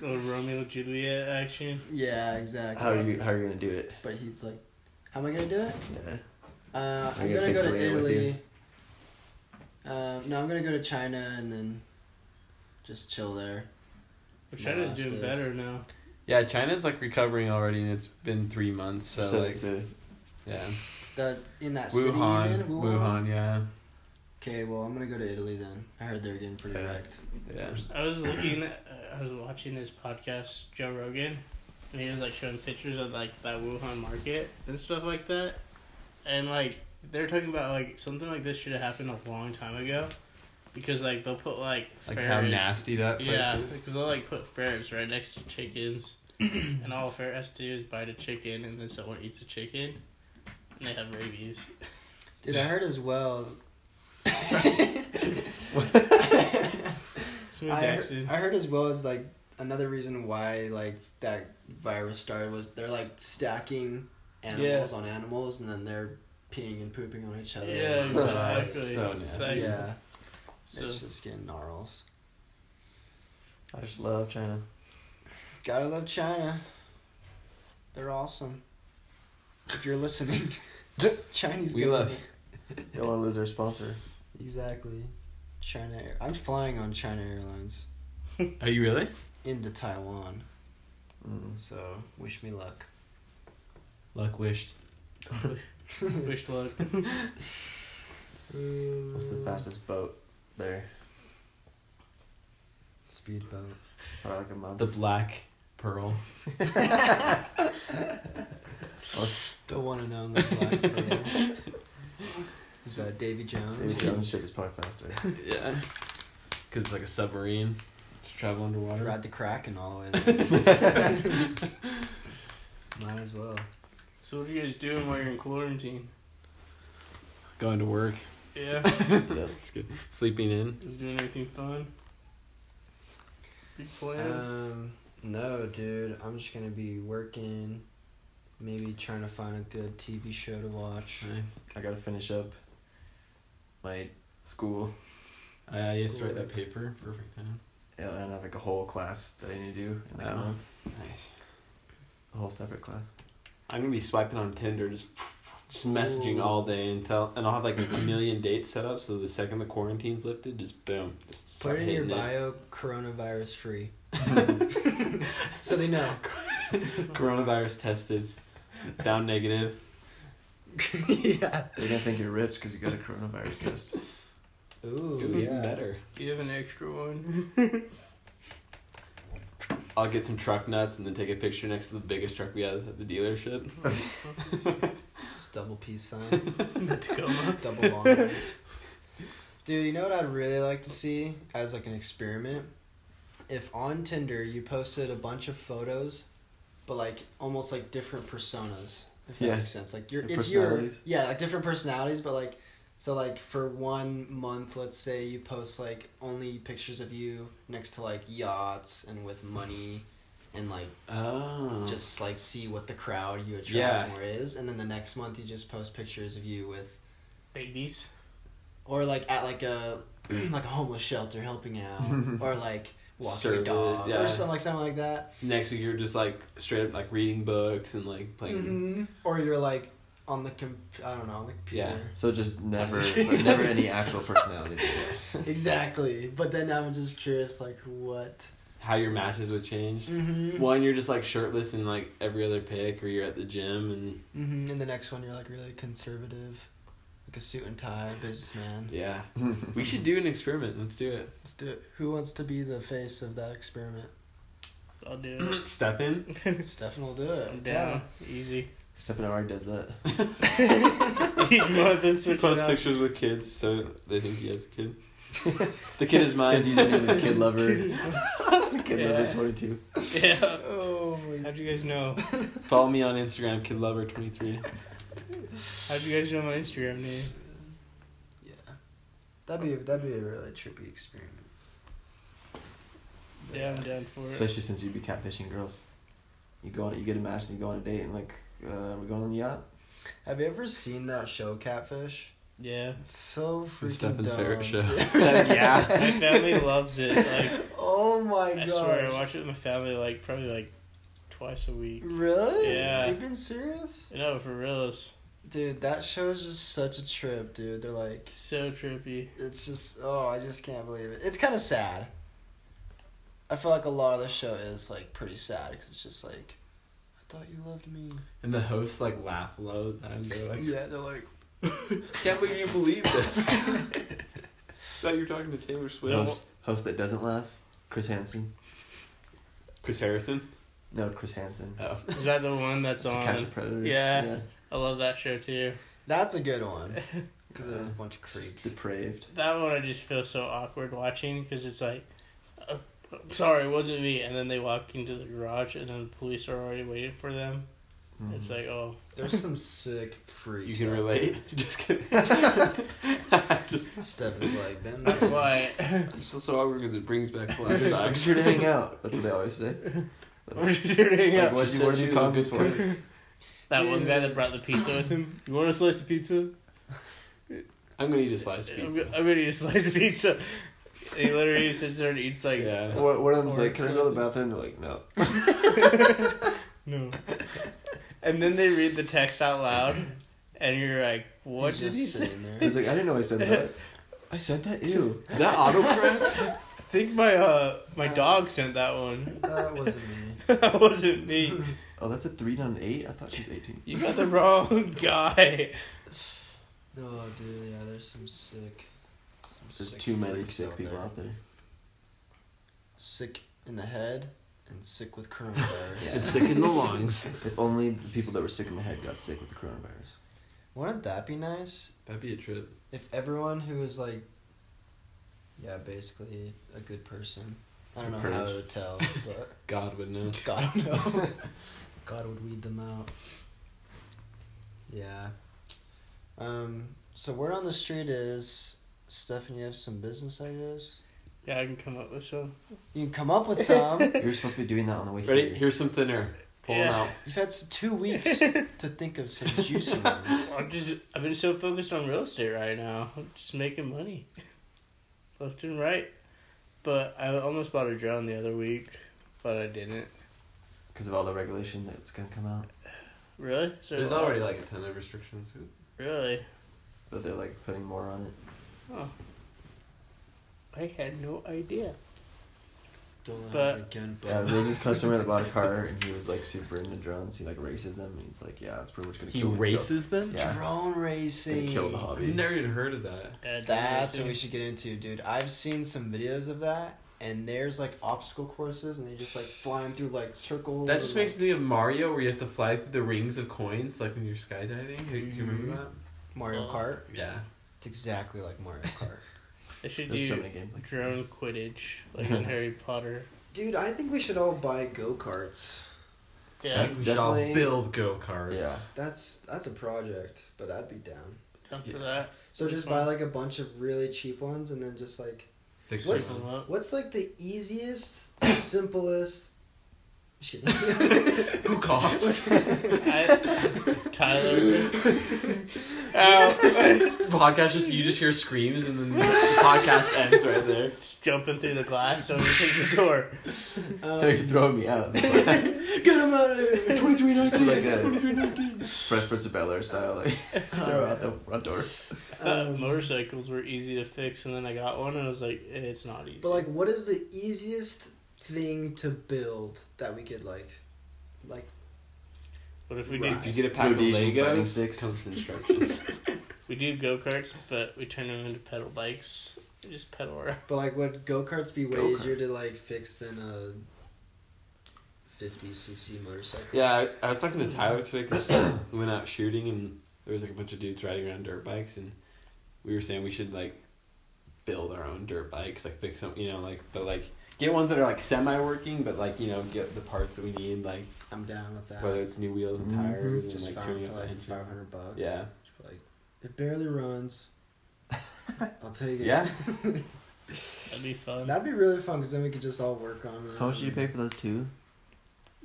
Speaker 3: Little Romeo and Juliet action.
Speaker 1: Yeah, exactly.
Speaker 6: How are you? How are you gonna do it?
Speaker 1: But he's like, how am I gonna do it?
Speaker 6: Yeah.
Speaker 1: Uh,
Speaker 6: Are
Speaker 1: I'm
Speaker 6: you
Speaker 1: gonna
Speaker 6: gonna take
Speaker 1: go to
Speaker 6: Selena with
Speaker 1: Italy. Um, no, I'm gonna go to China and then just chill there.
Speaker 3: But
Speaker 1: My
Speaker 3: China's
Speaker 1: last
Speaker 3: doing
Speaker 1: days.
Speaker 3: better now.
Speaker 2: Yeah, China's like recovering already, and it's been three months. So,
Speaker 6: So
Speaker 2: like,
Speaker 6: it's a-
Speaker 2: yeah,
Speaker 1: The, in that city
Speaker 2: Wuhan,
Speaker 1: even?
Speaker 2: Wuhan, yeah,
Speaker 1: Okay, well, I'm going to go to Italy then. I heard they're getting pretty
Speaker 6: Yeah.
Speaker 1: wrecked.
Speaker 2: yeah.
Speaker 3: I was looking, at, I was watching this podcast, Joe Rogan, and he was like showing pictures of like that Wuhan market and stuff like that, and like they're talking about like something like this should have happened a long time ago, because like they'll put like
Speaker 2: Like
Speaker 3: ferrets,
Speaker 2: how nasty that place
Speaker 3: yeah,
Speaker 2: is.
Speaker 3: because they'll like put ferrets right next to chickens, and all a ferret has to do is bite a chicken, and then someone eats a chicken, and they have rabies.
Speaker 1: Dude, I heard as well.
Speaker 3: Smooth
Speaker 1: I
Speaker 3: Jackson.
Speaker 1: heard, I heard as well as like another reason why like that virus started was they're like stacking animals on animals and then they're peeing and pooping on each other.
Speaker 3: yeah,
Speaker 2: Oh, that's
Speaker 3: exactly.
Speaker 2: so
Speaker 3: It's
Speaker 2: nasty.
Speaker 3: like-
Speaker 1: yeah.
Speaker 3: so-
Speaker 1: It's just getting gnarls.
Speaker 6: I just love China.
Speaker 1: Gotta love China. They're awesome. If you're listening, Chinese.
Speaker 2: We
Speaker 1: gonna
Speaker 2: love-
Speaker 1: be-
Speaker 6: Don't want to lose our sponsor.
Speaker 1: Exactly. China. Air- I'm flying on China Airlines
Speaker 2: Are you really?
Speaker 1: into Taiwan,
Speaker 6: Mm.
Speaker 1: so wish me luck.
Speaker 2: Luck wished.
Speaker 3: Wish luck. Mm.
Speaker 6: What's the fastest boat there?
Speaker 1: Speedboat.
Speaker 6: Probably like a month.
Speaker 2: The Black Pearl.
Speaker 1: The one and only Black Pearl. Is that Davy Jones?
Speaker 6: David Jones ship is probably faster.
Speaker 2: yeah. Because it's like a submarine to travel underwater.
Speaker 1: Ride the Kraken all the way there. Might as well.
Speaker 3: So what are you guys doing while you're in quarantine?
Speaker 2: Going to work.
Speaker 3: Yeah,
Speaker 6: Yep.
Speaker 2: Just kidding. Sleeping in.
Speaker 3: just doing anything fun. Big plans.
Speaker 1: Um, no, dude. I'm just gonna be working. Maybe trying to find a good TV show to watch.
Speaker 2: Nice.
Speaker 6: I gotta finish up my school.
Speaker 2: Uh, you have to write that paper. Perfect time.
Speaker 6: Yeah, and I have like a whole class that I need to do in like
Speaker 2: Oh.
Speaker 6: a month.
Speaker 2: Nice.
Speaker 6: A whole separate class.
Speaker 2: I'm gonna be swiping on Tinder, just just messaging all day until, and I'll have like a million dates set up. So the second the quarantine's lifted, just boom, just
Speaker 1: Put
Speaker 2: start
Speaker 1: it in your
Speaker 2: hitting it.
Speaker 1: bio, coronavirus free. so they know.
Speaker 2: Coronavirus tested, down negative.
Speaker 1: yeah.
Speaker 6: They're gonna think you're rich because you got a coronavirus test.
Speaker 1: Ooh,
Speaker 2: Ooh,
Speaker 1: yeah.
Speaker 2: even better.
Speaker 3: Do you have an extra one?
Speaker 2: I'll get some truck nuts and then take a picture next to the biggest truck we have at the dealership.
Speaker 1: Just double peace sign,
Speaker 3: Tacoma.
Speaker 1: double long. Dude, you know what I'd really like to see as like an experiment? If on Tinder you posted a bunch of photos, but like almost like different personas. If that
Speaker 6: Yeah.
Speaker 1: makes sense, like your
Speaker 6: Your
Speaker 1: it's your
Speaker 6: personalities.
Speaker 1: yeah, like different personalities, but like so like for one month, let's say you post like only pictures of you next to like yachts and with money, and like
Speaker 2: Oh, just
Speaker 1: just like see what the crowd you attract
Speaker 2: Yeah.
Speaker 1: more is, and then the next month you just post pictures of you with
Speaker 3: Babies.
Speaker 1: or like at like a like a homeless shelter helping out, or like walking a
Speaker 2: Service,
Speaker 1: dog
Speaker 2: yeah.
Speaker 1: or something like something like that,
Speaker 2: next week you're just like straight up like reading books and like playing.
Speaker 1: or you're like on the com- I don't know on the
Speaker 2: Yeah.
Speaker 1: computer.
Speaker 6: so just never, but never any actual personality.
Speaker 1: Mm-hmm. exactly. But then I'm just curious, like what?
Speaker 2: How your matches would change.
Speaker 1: Mm-hmm.
Speaker 2: One, you're just like shirtless in like every other pic, or you're at the gym and
Speaker 1: Mm-hmm. And the next one, you're like really conservative, like a suit and tie businessman.
Speaker 2: yeah. We should do an experiment. Let's do it.
Speaker 1: Let's do it. Who wants to be the face of that experiment?
Speaker 3: I'll do
Speaker 2: Step in.
Speaker 3: it.
Speaker 1: Stefan will do it.
Speaker 3: I'm down. Easy.
Speaker 6: Stefan already does that.
Speaker 3: Each month then switch it
Speaker 2: Post
Speaker 3: up.
Speaker 2: pictures with kids, so they think he has a kid. the kid is mine.
Speaker 6: His username is Kid Lover. Kid
Speaker 3: Yeah.
Speaker 6: Lover twenty two.
Speaker 3: Yeah.
Speaker 1: Oh my
Speaker 3: How'd you guys know?
Speaker 2: Follow me on Instagram, kidlover23.
Speaker 3: How'd you guys know my Instagram name?
Speaker 1: Yeah, that'd be that'd be a really trippy experiment.
Speaker 3: Yeah, I'm down for it.
Speaker 6: Especially since you'd be catfishing girls. You go on, you get a match, and you go on a date, and like, uh, we're going on the yacht.
Speaker 1: Have you ever seen that show Catfish?
Speaker 3: Yeah.
Speaker 1: It's so freaking.
Speaker 2: It's Stefan's
Speaker 1: dumb.
Speaker 2: favorite show.
Speaker 3: My family loves it. Like
Speaker 1: Oh my
Speaker 3: I
Speaker 1: god.
Speaker 3: swear, I watch it with my family like probably like twice a week.
Speaker 1: Really?
Speaker 3: Yeah.
Speaker 1: You've been serious,
Speaker 3: No, for reals.
Speaker 1: dude. That show is just such a trip, dude. They're like,
Speaker 3: It's so trippy.
Speaker 1: it's just oh, I just can't believe it. It's kind of sad. I feel like a lot of the show is like pretty sad because it's just like, I thought you loved me.
Speaker 2: And the hosts like laugh low and they're like,
Speaker 1: Yeah, they're like,
Speaker 2: "Can't believe you believe this." Thought you were talking to Taylor Swift.
Speaker 6: Host, host that doesn't laugh, Chris Hansen.
Speaker 2: Chris Harrison.
Speaker 6: No, Chris Hansen.
Speaker 2: Oh,
Speaker 3: Is that the one that's
Speaker 6: to catch a
Speaker 3: on?
Speaker 6: predator.
Speaker 3: Yeah. I love that show too.
Speaker 1: that's a good one. Because
Speaker 6: Uh,
Speaker 1: there's a bunch of
Speaker 6: Just
Speaker 1: creeps.
Speaker 6: depraved.
Speaker 3: That one I just feel so awkward watching because it's like, uh, sorry, it wasn't me. And then they walk into the garage and then the police are already waiting for them.
Speaker 1: Mm-hmm.
Speaker 3: It's
Speaker 6: Mm-hmm.
Speaker 3: like, oh,
Speaker 1: There's some sick freaks.
Speaker 2: you can
Speaker 1: out
Speaker 2: relate. Just kidding. just,
Speaker 1: there. Stefan's like, been there.
Speaker 3: why?
Speaker 2: it's just so awkward because it brings back
Speaker 6: I'm
Speaker 2: flashbacks.
Speaker 6: here to hang out. That's what they always say.
Speaker 3: We're shooting
Speaker 6: Like,
Speaker 3: up.
Speaker 6: what,
Speaker 2: she
Speaker 6: you, what are
Speaker 2: said she was
Speaker 6: these
Speaker 2: a
Speaker 6: condoms
Speaker 2: good
Speaker 6: for?
Speaker 3: That one guy that brought the pizza with him. You want a slice of pizza?
Speaker 2: I'm gonna eat a slice of
Speaker 3: I'm,
Speaker 2: pizza.
Speaker 3: go- I'm gonna eat a slice of pizza. And he literally sits there and eats like,
Speaker 2: yeah.
Speaker 6: One one of them's
Speaker 3: Or
Speaker 6: like, can I go to the bathroom? They're like, no.
Speaker 3: no. And then they read the text out loud, and you're like, what
Speaker 1: He's
Speaker 3: did he
Speaker 1: just
Speaker 3: say?
Speaker 1: sitting
Speaker 6: I
Speaker 1: there.
Speaker 6: was like, I didn't know I said that. I said that. Ew.
Speaker 2: That autocorrect.
Speaker 3: I think my uh my dog sent that one.
Speaker 1: That wasn't me.
Speaker 3: that wasn't me.
Speaker 6: Oh, that's a three, not an eight. I thought she was eighteen.
Speaker 3: You got the wrong guy.
Speaker 1: Oh, dude, yeah, there's some sick. Some
Speaker 6: There's
Speaker 1: sick
Speaker 6: too many
Speaker 1: freaks
Speaker 6: sick
Speaker 1: out
Speaker 6: people
Speaker 1: there.
Speaker 6: out there.
Speaker 1: Sick in the head and sick with coronavirus.
Speaker 2: It's sick in the lungs.
Speaker 6: If only the people that were sick in the head got sick with the coronavirus.
Speaker 1: Wouldn't that be nice?
Speaker 2: That'd be a trip.
Speaker 1: If everyone who is like, yeah, basically a good person. I don't know
Speaker 6: It's a
Speaker 1: how
Speaker 6: purge.
Speaker 1: to tell, but
Speaker 2: God would know.
Speaker 1: God would know. God would weed them out. Yeah. Um. So word on the street is, Stefan, you have some business ideas.
Speaker 3: Yeah, I can come up with some.
Speaker 1: You can come up with some.
Speaker 6: You're supposed to be doing that on the way
Speaker 2: Ready?
Speaker 6: here.
Speaker 2: Here's some thin air. Pull 'em
Speaker 3: Yeah.
Speaker 2: out.
Speaker 1: You've had some two weeks to think of some juicy ones.
Speaker 3: I'm just I've been so focused on real estate right now. I'm just making money. Left and right. But I almost bought a drone the other week, but I didn't.
Speaker 6: Because of all the regulation that's gonna come out.
Speaker 3: Really? So
Speaker 2: There's already like a ton of restrictions.
Speaker 3: Really?
Speaker 6: But they're like putting more on it.
Speaker 3: I had no idea.
Speaker 1: Don't
Speaker 3: But-
Speaker 1: but, again, but
Speaker 6: Yeah, there's this customer that bought a car and he was like super into drones. He like races them and he's like, yeah, it's pretty much gonna kill.
Speaker 2: them.
Speaker 6: Yeah.
Speaker 1: drone racing.
Speaker 6: Gonna kill the
Speaker 2: I've
Speaker 6: hobby.
Speaker 2: never even heard of that.
Speaker 3: Yeah, drone
Speaker 1: That's
Speaker 3: racing.
Speaker 1: what we should get into, dude. I've seen some videos of that, and there's like obstacle courses, and they just like flying through like circles.
Speaker 2: That just
Speaker 1: and,
Speaker 2: makes me think of Mario, where you have to fly through the rings of coins, like when you're skydiving. Do you remember that?
Speaker 1: like, Mario
Speaker 2: Oh.
Speaker 1: Kart.
Speaker 2: Yeah.
Speaker 1: It's exactly like Mario Kart.
Speaker 3: They should
Speaker 6: There's
Speaker 3: do
Speaker 6: so many games like
Speaker 3: drone Quidditch, like in Harry Potter.
Speaker 1: dude, I think we should all buy go karts.
Speaker 3: Yeah,
Speaker 6: That's
Speaker 2: we
Speaker 6: definitely-
Speaker 2: shall build go karts.
Speaker 6: Yeah.
Speaker 1: That's that's a project, but I'd be down.
Speaker 3: come for
Speaker 2: yeah.
Speaker 3: that.
Speaker 1: So just buy like a bunch of really cheap ones, and then just like
Speaker 2: Fix
Speaker 1: What's-
Speaker 2: them.
Speaker 3: Them up.
Speaker 1: What's like the easiest, simplest? Just kidding.
Speaker 2: Who coughed?
Speaker 3: I, Tyler. Ow.
Speaker 2: the podcast just you just hear screams and then the podcast ends right there.
Speaker 3: Just jumping through the glass, don't even take the door.
Speaker 6: They're
Speaker 1: um,
Speaker 6: throwing me out.
Speaker 1: get him out of here. Twenty three
Speaker 6: Just do like a Fresh Prince of Bel Air style, like throw out the front door.
Speaker 3: Uh,
Speaker 1: Um,
Speaker 3: motorcycles were easy to fix, and then I got one, and I was like, eh, it's not easy.
Speaker 1: But like, what is the easiest thing to build that we could like, like?
Speaker 3: what if we
Speaker 2: If
Speaker 3: do
Speaker 2: you get a pack
Speaker 6: Rhodesian
Speaker 2: of Legos,
Speaker 6: fighting sticks.
Speaker 2: comes with instructions.
Speaker 3: we do go karts, but we turn them into pedal bikes? We just pedal around.
Speaker 1: But like, would go karts be way
Speaker 6: Go-kart.
Speaker 1: easier to like fix than a fifty cc motorcycle?
Speaker 2: yeah, I, I was talking to Tyler today because we went out shooting and there was like a bunch of dudes riding around dirt bikes and we were saying we should like build our own dirt bikes, like fix them, you know, like but like get ones that are like semi working, but like you know get the parts that we need, like
Speaker 1: I'm down with that.
Speaker 2: whether it's new wheels and
Speaker 6: Mm-hmm.
Speaker 2: tires
Speaker 1: just
Speaker 2: and like
Speaker 1: found for
Speaker 2: tuning up the
Speaker 1: like
Speaker 2: engine.
Speaker 1: five hundred bucks.
Speaker 2: Yeah.
Speaker 1: Like, it barely runs. I'll take it.
Speaker 2: Yeah.
Speaker 3: That'd be fun.
Speaker 1: That'd be really fun because then we could just all work on it.
Speaker 6: How much did you pay for those two?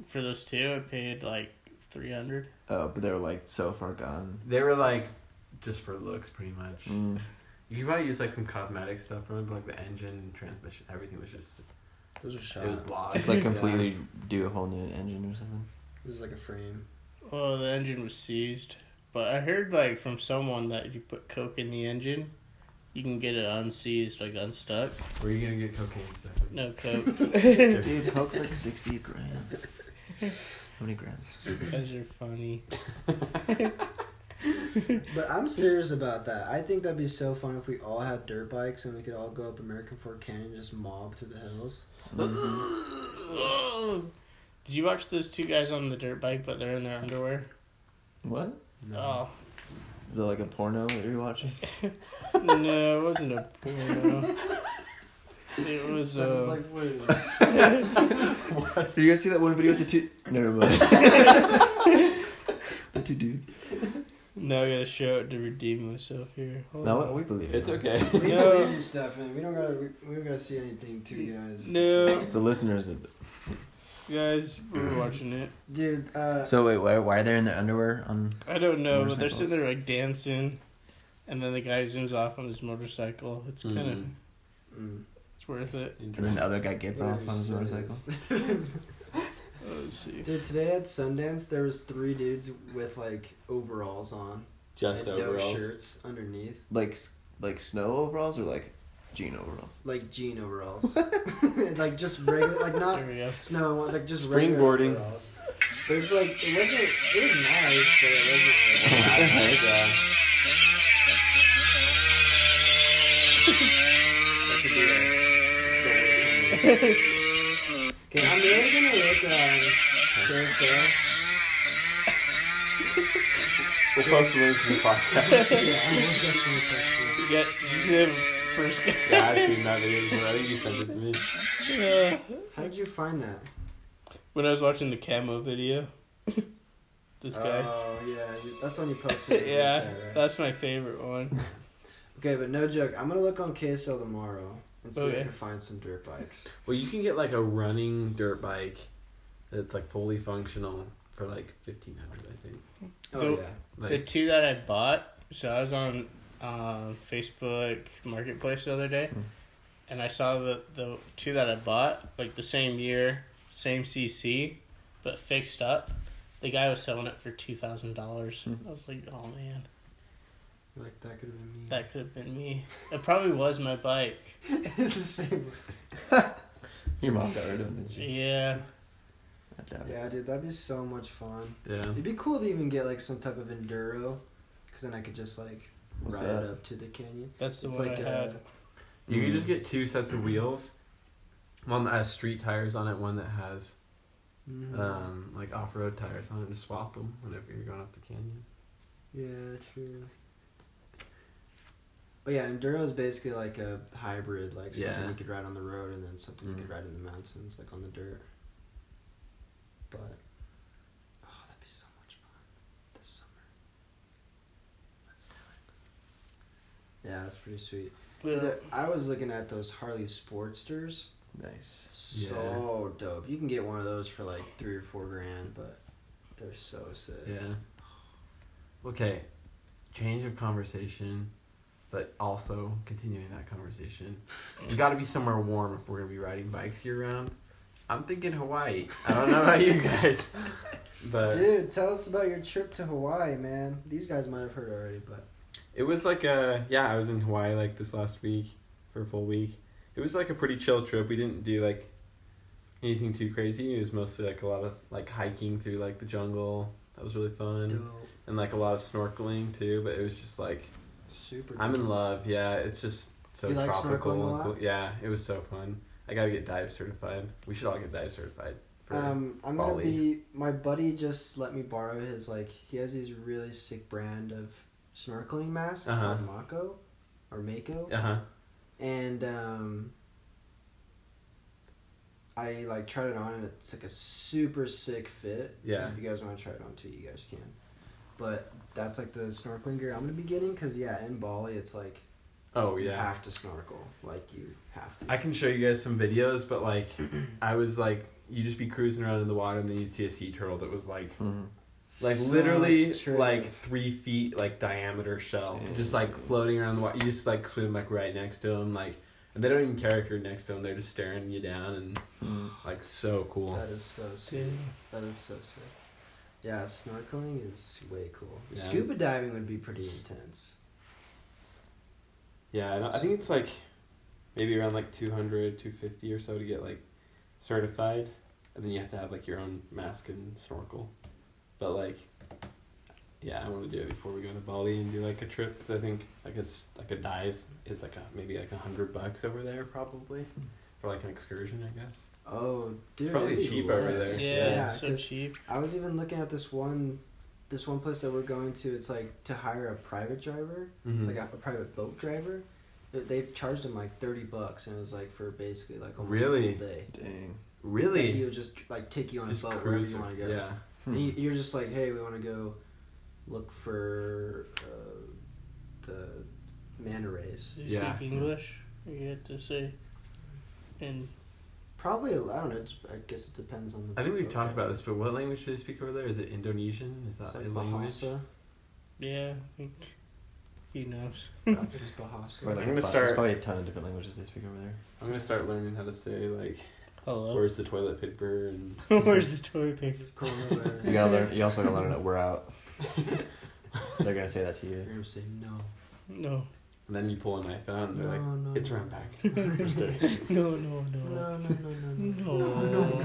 Speaker 3: For those two, I paid like three hundred.
Speaker 6: Oh, but they were like so far gone.
Speaker 2: They were like just for looks, pretty much.
Speaker 6: Mm.
Speaker 2: You could probably use like some cosmetic stuff from it, but like the engine and transmission, everything was just
Speaker 1: Those are shot.
Speaker 2: it was lost.
Speaker 6: Just like
Speaker 2: Yeah.
Speaker 6: completely do a whole new engine or something.
Speaker 1: It was like a frame.
Speaker 3: Oh, the engine was seized. But I heard like from someone that if you put coke in the engine, You can get it unseized, like unstuck.
Speaker 2: Where are you gonna get cocaine stuff?
Speaker 3: No coke.
Speaker 6: Dude, Coke's like 60 grams. How many grams?
Speaker 3: Guys are funny.
Speaker 1: But I'm serious about that. I think that'd be so fun if we all had dirt bikes and we could all go up American Fort Canyon and just mob through the hills.
Speaker 6: Mm.
Speaker 3: Did you watch those two guys on the dirt bike, but they're in their underwear?
Speaker 6: What?
Speaker 3: Oh
Speaker 6: Is that like a porno that you're watching?
Speaker 3: Oh, no, it wasn't a porno. It was
Speaker 1: Seven's
Speaker 3: uh,
Speaker 1: like, wait,
Speaker 6: What? Did you guys see that one video with the two? Never mind. the two dudes.
Speaker 3: now I gotta show it to redeem myself here. Hold
Speaker 6: No,
Speaker 3: on.
Speaker 6: we believe it.
Speaker 2: It's okay.
Speaker 1: we
Speaker 3: Yeah.
Speaker 1: believe you, Stefan. We don't gotta, we, we don't gotta see anything, two guys.
Speaker 3: No,
Speaker 6: It's the listeners that.
Speaker 3: guys, we were watching it.
Speaker 1: Dude, uh,
Speaker 6: So wait, why, why are they in their underwear on?
Speaker 3: I don't know, but they're
Speaker 6: Motorcycles.
Speaker 3: sitting there like dancing, and then the guy zooms off on his motorcycle. It's kind of
Speaker 2: Mm.
Speaker 1: mm,
Speaker 3: it's worth it.
Speaker 6: And then the other guy gets off
Speaker 1: whatever,
Speaker 6: on his
Speaker 1: so
Speaker 6: motorcycle.
Speaker 1: serious.
Speaker 3: Let's see.
Speaker 1: Dude, today at Sundance, there was three dudes with like overalls on,
Speaker 2: Just
Speaker 1: and
Speaker 2: overalls.
Speaker 1: no shirts underneath,
Speaker 6: Like s- like snow overalls or like jean overalls.
Speaker 1: like jean overalls, And, like just regular, like not
Speaker 3: There we go.
Speaker 1: snow, like just regular
Speaker 2: Springboarding.
Speaker 1: overalls. But it's like it wasn't. It was nice, but it wasn't.
Speaker 2: Oh,
Speaker 1: Like,
Speaker 2: Yeah.
Speaker 1: okay, I'm really gonna look um, Carousel.
Speaker 2: We'll post the links in the podcast.
Speaker 1: Yeah, I'm gonna definitely text you.
Speaker 3: You got you see the first guy.
Speaker 2: yeah, I've seen that video. I think you sent it to me.
Speaker 3: Yeah.
Speaker 1: How did you find that?
Speaker 3: When I was watching the camo video, this guy.
Speaker 1: Oh yeah, you- that's when you posted. it,
Speaker 3: yeah,
Speaker 1: right?
Speaker 3: that's my favorite one.
Speaker 1: Okay, but no joke. I'm gonna look on KSL tomorrow and see if
Speaker 3: Okay.
Speaker 1: I can find some dirt bikes.
Speaker 2: Well, you can get like a running dirt bike that's like fully functional for like fifteen hundred, I think.
Speaker 1: Oh
Speaker 3: Nope.
Speaker 1: yeah.
Speaker 3: The
Speaker 2: Like,
Speaker 3: two that I bought, so I was on um, Facebook Marketplace the other day,
Speaker 1: Hmm.
Speaker 3: and I saw the the two that I bought like the same year, same CC, but fixed up. The guy was selling it for two thousand dollars.
Speaker 1: Hmm.
Speaker 3: I was like, oh man,
Speaker 1: Like that could have been me.
Speaker 3: that could have been me. It probably was my bike.
Speaker 1: the same.
Speaker 6: Your mom got rid of them, didn't she?
Speaker 3: Yeah,
Speaker 6: I doubt it.
Speaker 1: Yeah, dude, that'd be so much fun.
Speaker 2: yeah.
Speaker 1: It'd be cool to even get like some type of enduro, because then I could just like
Speaker 6: What's
Speaker 1: ride
Speaker 6: that?
Speaker 1: it up to the canyon.
Speaker 3: that's the
Speaker 1: it's
Speaker 3: one
Speaker 1: like
Speaker 3: I
Speaker 1: uh,
Speaker 3: had.
Speaker 2: You can just get two sets of wheels. One that has street tires on it, one that has
Speaker 1: mhm.
Speaker 6: Ah.
Speaker 2: um, like off road tires on it. Just swap them whenever you're going up the canyon.
Speaker 1: yeah, true. But yeah, enduro is basically like a hybrid, like something
Speaker 2: Yeah.
Speaker 1: you could ride on the road and then something you could
Speaker 2: Mhm.
Speaker 1: ride in the mountains, like on the dirt. But oh, that'd be so much fun this summer. Let's do it. Yeah, that's pretty sweet.
Speaker 3: Well,
Speaker 1: The- I was looking at those Harley Sportsters.
Speaker 6: Nice.
Speaker 1: So dope. You can get one of those for like three or four grand, but they're so sick.
Speaker 2: Yeah. Okay. Change of conversation, but also continuing that conversation. You got to be somewhere warm if we're gonna be riding bikes year round. I'm thinking Hawaii. I don't know about you guys, but
Speaker 1: Dude, tell us about your trip to Hawaii, man. These guys might have heard already, but
Speaker 2: It was like a yeah. I was in Hawaii like this last week for a full week. It was like a pretty chill trip. We didn't do like anything too crazy. It was mostly like a lot of like hiking through like the jungle. That was really fun
Speaker 1: dope.
Speaker 2: and like a lot of snorkeling too. But it was just like
Speaker 1: Super.
Speaker 2: I'm
Speaker 1: dope.
Speaker 2: in love. Yeah, it's just so
Speaker 1: You like
Speaker 2: tropical
Speaker 1: snorkeling a
Speaker 2: and
Speaker 1: lot?
Speaker 2: cool. Yeah, it was so fun. I gotta get dive certified. We should all get dive certified. For,
Speaker 1: Um, I'm gonna
Speaker 2: Bali.
Speaker 1: be. My buddy just let me borrow his like. He has these really sick brand of snorkeling masks It's
Speaker 2: Uh-huh.
Speaker 1: called Mako, or Mako.
Speaker 2: uh huh.
Speaker 1: and um I like tried it on and it's like a super sick fit.
Speaker 2: Yeah.
Speaker 1: So if you guys want to try it on too, you guys can. But that's like the snorkeling gear I'm gonna be getting because yeah, in Bali it's like
Speaker 2: Oh
Speaker 1: you
Speaker 2: yeah.
Speaker 1: have to snorkel, like you have to.
Speaker 2: I can show you guys some videos, but like, I was like, you just be cruising around in the water, and then you see a sea turtle that was like,
Speaker 6: Hmm,
Speaker 2: like
Speaker 1: So
Speaker 2: literally
Speaker 1: much trip.
Speaker 2: like three feet like diameter shell, just like floating around the water. You just like swim like right next to them, like, and they don't even care if you're next to them. They're just staring you down, and
Speaker 6: hmm,
Speaker 2: like so cool.
Speaker 1: that is so sick. That is so sick. Yeah, snorkeling is way cool.
Speaker 2: Yeah.
Speaker 1: Scuba diving would be pretty intense.
Speaker 2: Yeah, I, don't, I think it's like maybe around like 200, 250 or so to get like certified, and then you have to have like your own mask and snorkel. But like, yeah, I want to do it before we go to Bali and do like a trip because I think like a s- like a dive is like a, maybe like a hundred bucks over there probably
Speaker 1: Hmm.
Speaker 2: for like an excursion, I guess.
Speaker 1: Oh, dude,
Speaker 2: probably
Speaker 1: it'd be
Speaker 2: cheap over
Speaker 1: less.
Speaker 2: there.
Speaker 3: Yeah,
Speaker 1: Yeah,
Speaker 3: it's so
Speaker 1: 'cause
Speaker 3: cheap.
Speaker 1: I was even looking at this one, this one place that we're going to. It's like to hire a private driver,
Speaker 2: Mhm.
Speaker 1: like a, a private boat driver. They- They charged him like thirty bucks, and it was like for basically like almost
Speaker 2: Really?
Speaker 1: a whole day.
Speaker 6: Dang.
Speaker 1: Like,
Speaker 2: Really,
Speaker 1: he'll just like take you on
Speaker 2: just
Speaker 1: a boat wherever
Speaker 2: cruise.
Speaker 1: you want to go.
Speaker 2: Yeah,
Speaker 6: Hmm.
Speaker 1: And you- you're just like, hey, we want to go look for uh, the manta rays.
Speaker 3: Do you
Speaker 2: Yeah.
Speaker 3: speak English? Or you have to say, and
Speaker 1: Probably, I don't know. It's, I guess it depends on the.
Speaker 2: I think we've
Speaker 1: boat
Speaker 2: talked
Speaker 1: driver.
Speaker 2: about uh, this, but what language do they speak over there? Is it Indonesian? Is that
Speaker 1: It's like
Speaker 2: a language?
Speaker 1: Bahasa.
Speaker 3: yeah, I think he knows.
Speaker 1: It's Bahasa.
Speaker 6: Or,
Speaker 2: I'm
Speaker 6: like,
Speaker 2: gonna
Speaker 6: a bu-
Speaker 2: start-
Speaker 6: There's probably a ton of different languages they speak over there.
Speaker 2: I'm gonna start learning how to say like
Speaker 3: Hello.
Speaker 2: where's the toilet paper and
Speaker 3: Where's the toilet paper?
Speaker 1: Corollary.
Speaker 6: You gotta learn. You also gotta learn that we're out. They're gonna say that to
Speaker 1: You're
Speaker 6: you.
Speaker 1: gonna say no.
Speaker 3: No.
Speaker 2: And then you pull a knife out and they're
Speaker 1: no,
Speaker 2: like,
Speaker 1: no,
Speaker 2: it's
Speaker 1: no.
Speaker 2: around back.
Speaker 3: No, no, no.
Speaker 1: No, no, no, no, no.
Speaker 3: No.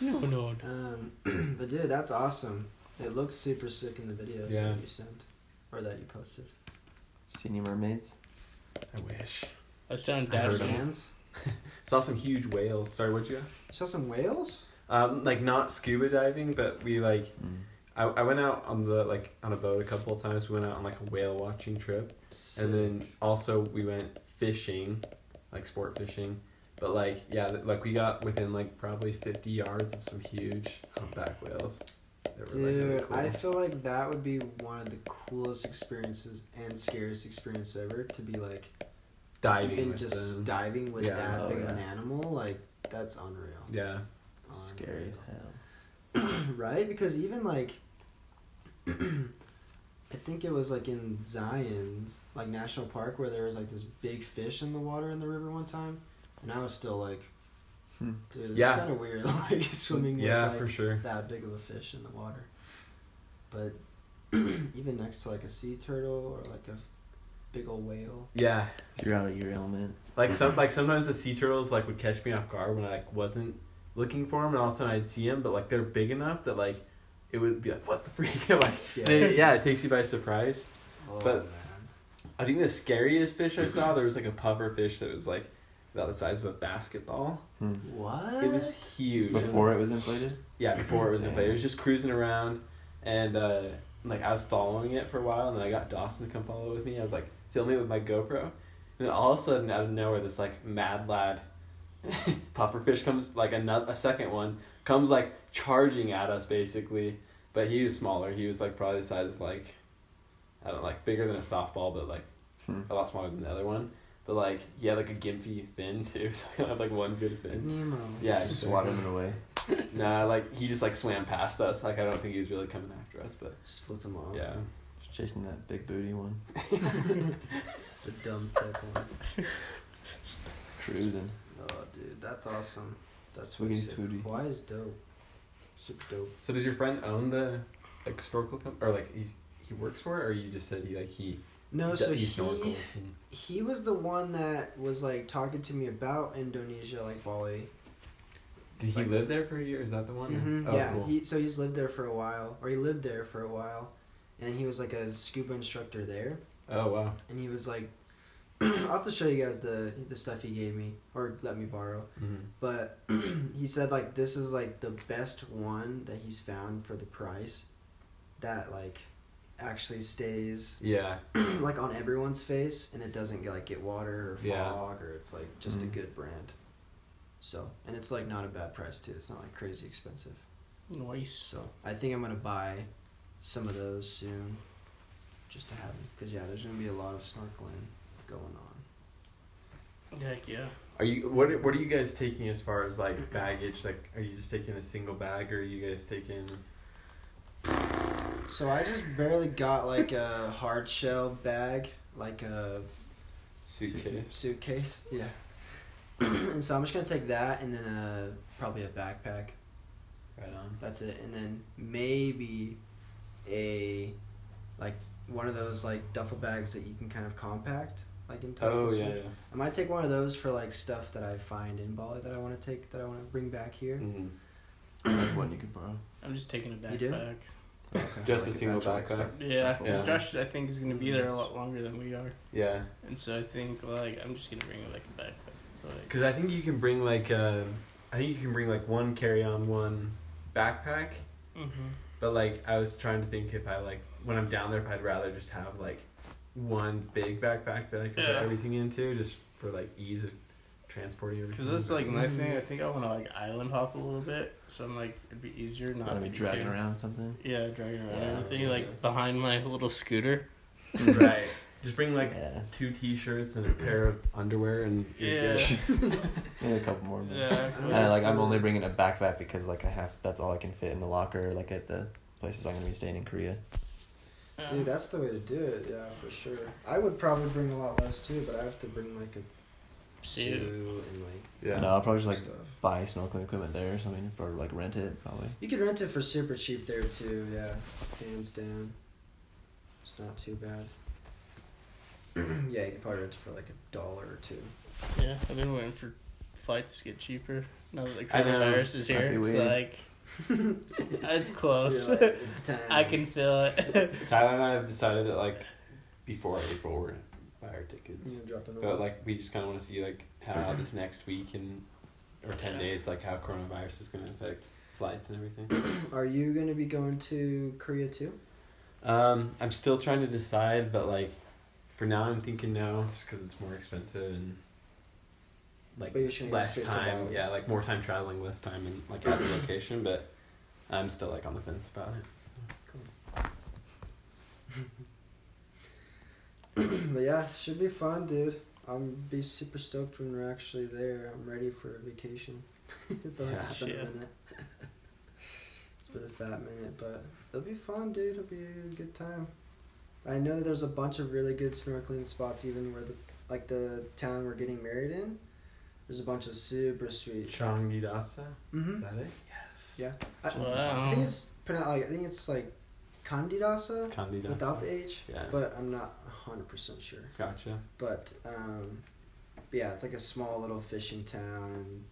Speaker 3: No, no, no.
Speaker 1: Um, but dude, that's awesome. It looks super sick in the videos
Speaker 2: Yeah.
Speaker 1: that you sent, or that you posted.
Speaker 6: Seen any mermaids?
Speaker 2: I wish.
Speaker 3: I was telling
Speaker 2: I heard
Speaker 3: Dash.
Speaker 2: them.
Speaker 1: Sands.
Speaker 2: Saw some huge whales. Sorry, what'd you ask?
Speaker 1: Saw some whales.
Speaker 2: Um, like not scuba diving, but we like
Speaker 6: Mm.
Speaker 2: I, I went out on the like on a boat a couple of times. We went out on like a whale watching trip.
Speaker 1: Sick.
Speaker 2: And then also we went fishing, like sport fishing. But like yeah, th- like we got within like probably fifty yards of some huge humpback whales. They were, like, really
Speaker 1: Dude,
Speaker 2: cool.
Speaker 1: I feel like that would be one of the coolest experiences and scariest experience ever to be like
Speaker 2: diving
Speaker 1: even
Speaker 2: with
Speaker 1: just
Speaker 2: them.
Speaker 1: diving with
Speaker 2: Yeah.
Speaker 1: that
Speaker 6: Oh,
Speaker 1: big of
Speaker 6: yeah.
Speaker 1: an animal. Like that's unreal.
Speaker 2: yeah.
Speaker 6: Oh, Scary as hell.
Speaker 1: right? Because even like, I think it was like in Zion's like national park where there was like this big fish in the water in the river one time, and I was still like,
Speaker 6: Hmm.
Speaker 1: dude, it's
Speaker 2: Yeah.
Speaker 1: kind of weird like swimming
Speaker 2: Yeah,
Speaker 1: with
Speaker 2: for
Speaker 1: like
Speaker 2: sure.
Speaker 1: that big of a fish in the water, but even next to like a sea turtle or like a big old whale.
Speaker 2: Yeah.
Speaker 6: You're out of your element.
Speaker 2: Like some like sometimes the sea turtles like would catch me off guard when I like wasn't looking for them, and all of a sudden I'd see them, but like they're big enough that like it would be like what the freak am I?
Speaker 1: Yeah.
Speaker 2: Yeah, yeah it takes you by surprise.
Speaker 1: Oh
Speaker 2: But-
Speaker 1: man,
Speaker 2: I think the scariest fish I saw there was like a puffer fish that was like about the size of a basketball.
Speaker 6: Hmm.
Speaker 1: what?
Speaker 2: It was huge.
Speaker 6: Before it was inflated.
Speaker 2: Yeah, before it was in play. It was just cruising around, and uh, like I was following it for a while, and then I got Dawson to come follow it with me. I was like filming it with my GoPro, and then all of a sudden, out of nowhere, this like mad lad, pufferfish comes like another a second one comes like charging at us basically, but he was smaller. He was like probably the size of like, I don't know, like bigger than a softball, but like
Speaker 6: Hmm.
Speaker 2: a lot smaller than the other one. But like he had like a gimpy fin too, so I had like one good fin.
Speaker 1: Nemo.
Speaker 2: Yeah,
Speaker 6: Just
Speaker 2: exactly.
Speaker 6: swatted it away.
Speaker 2: Nah, like he just like swam past us. Like I don't think he was really coming after us, but
Speaker 1: Just flipped him off.
Speaker 2: yeah.
Speaker 6: Just chasing that big booty one.
Speaker 1: The dumb thick one.
Speaker 6: Cruising.
Speaker 1: Oh, dude, that's awesome. That's
Speaker 6: Swiggity
Speaker 1: pretty sick.
Speaker 6: swooty.
Speaker 1: Hawaii is dope. Super dope.
Speaker 2: So does your friend own the like snorkel company, or like he's he works for it, or you just said he like he
Speaker 1: No, so
Speaker 2: he
Speaker 1: he
Speaker 2: snorkels and
Speaker 1: he was the one that was like talking to me about Indonesia, like Bali.
Speaker 2: did he
Speaker 1: like-
Speaker 2: live there for a year? Is that the one?
Speaker 1: Mhm,
Speaker 2: Oh,
Speaker 1: yeah,
Speaker 2: cool.
Speaker 1: he, so he's lived there for a while, or he lived there for a while, and he was like a scuba instructor there,
Speaker 2: oh wow.
Speaker 1: and he was like, I'll have to show you guys the the stuff he gave me or let me borrow.
Speaker 2: Mm-hmm.
Speaker 1: but he said like this is like the best one that he's found for the price that like actually stays
Speaker 2: Yeah.
Speaker 1: like on everyone's face and it doesn't get like get water or fog
Speaker 2: Yeah. Mm-hmm.
Speaker 1: or it's like just a
Speaker 6: Mhm.
Speaker 1: good brand so and it's like not a bad price too it's not like crazy expensive
Speaker 3: Nice.
Speaker 1: so i think i'm gonna buy some of those soon just to have them because yeah there's gonna be a lot of snorkeling going on
Speaker 3: Heck yeah.
Speaker 2: Are you what? are- What are you guys taking as far as like baggage? Like, are you just taking a single bag, or are you guys taking?
Speaker 1: So I just barely got like a hard shell bag, like a
Speaker 2: Suitcase.
Speaker 1: Suitcase, yeah. and so I'm just gonna take that and then uh probably a backpack.
Speaker 2: Right on.
Speaker 1: That's it. And then maybe a like one of those like duffel bags that you can kind of compact. like in Tokyo.
Speaker 2: Oh yeah, yeah.
Speaker 1: I might take one of those for like stuff that I find in Bali that I want to take that I want to bring back here.
Speaker 2: Mhm.
Speaker 6: I have one you could borrow.
Speaker 3: I'm just taking a
Speaker 1: You do?
Speaker 3: backpack.
Speaker 2: It's
Speaker 6: Okay.
Speaker 2: just
Speaker 6: Like
Speaker 2: a single
Speaker 6: actual, like,
Speaker 2: backpack.
Speaker 6: stuff-
Speaker 3: Yeah,
Speaker 6: stuff
Speaker 3: 'cause
Speaker 2: Yeah.
Speaker 3: Josh, I think is gonna be there a lot longer than we are,
Speaker 2: Yeah,
Speaker 3: and so I think like I'm just gonna bring like a backpack. Like,
Speaker 2: because I think you can bring like uh, I think you can bring like one carry on, one backpack.
Speaker 3: mm-hmm.
Speaker 2: But like I was trying to think if I like when I'm down there if I'd rather just have like one big backpack that I can
Speaker 3: Yeah.
Speaker 2: put everything into just for like ease of transporting everything.
Speaker 3: Because that's like my thing. I think I want to like island hop a little bit, so I'm like it'd be easier not
Speaker 6: Not to be
Speaker 3: be
Speaker 6: dragging
Speaker 3: too-
Speaker 6: around something.
Speaker 3: Yeah, dragging around
Speaker 2: Yeah.
Speaker 3: everything like behind my little scooter.
Speaker 2: right. Just bring like
Speaker 6: yeah.
Speaker 2: two t-shirts and a pair of underwear and you're
Speaker 3: Yeah.
Speaker 2: good.
Speaker 6: Maybe a couple more. but-
Speaker 3: Yeah,
Speaker 1: I'm
Speaker 6: Uh,
Speaker 1: just-
Speaker 6: like I'm only bringing a backpack because like I have that's all I can fit in the locker like at the places I'm gonna be staying in Korea.
Speaker 3: yeah.
Speaker 1: Dude, that's the way to do it. Yeah, for sure. I would probably bring a lot less too, but I have to bring like a
Speaker 3: Suit.
Speaker 1: suit and like
Speaker 2: yeah.
Speaker 6: No, I'll probably just like
Speaker 1: stuff.
Speaker 6: buy snorkeling equipment there or something, or like rent it probably.
Speaker 1: You could rent it for super cheap there too. Yeah, hands down. It's not too bad. yeah, you could probably rent it for like a dollar or two.
Speaker 3: yeah, I've been waiting for flights to get cheaper now that the
Speaker 2: I know.
Speaker 3: coronavirus is here.
Speaker 6: Might be
Speaker 3: It's
Speaker 6: weird.
Speaker 3: like it's close.
Speaker 1: You're like, it's time.
Speaker 3: Oh. I can feel it.
Speaker 2: Tyler and I have decided that like before April we're gonna buy our tickets.
Speaker 1: You know, drop in a
Speaker 2: But like we just kind of want to see like how this next week and or ten
Speaker 3: Yeah.
Speaker 2: days like how coronavirus is gonna affect flights and everything.
Speaker 1: Are you gonna be going to Korea too?
Speaker 2: Um, I'm still trying to decide, but like for now I'm thinking no, just because it's more expensive and like
Speaker 1: But you're shooting
Speaker 2: less
Speaker 1: straight to
Speaker 2: time.
Speaker 1: Bali.
Speaker 2: Yeah, like more time traveling, less time in like at the location. But I'm still like on the fence about it.
Speaker 1: but yeah, should be fun, dude. I'm be super stoked when we're actually there. I'm ready for a vacation. I feel like it's been a
Speaker 3: Yeah.
Speaker 1: minute. it's been a fat minute, but it'll be fun, dude. It'll be a good time. I know there's a bunch of really good snorkeling spots, even where the like the town we're getting married in. There's a bunch of super sweet.
Speaker 2: Changnidasa,
Speaker 1: Mm-hmm.
Speaker 2: is that it? Yes.
Speaker 1: Yeah. I
Speaker 3: Wow.
Speaker 1: think it's pronounced like I think it's like Candidasa
Speaker 2: Candidasa.
Speaker 1: without the H,
Speaker 2: Yeah.
Speaker 1: but I'm not hundred percent sure.
Speaker 2: Gotcha.
Speaker 1: But um, yeah, it's like a small little fishing town. And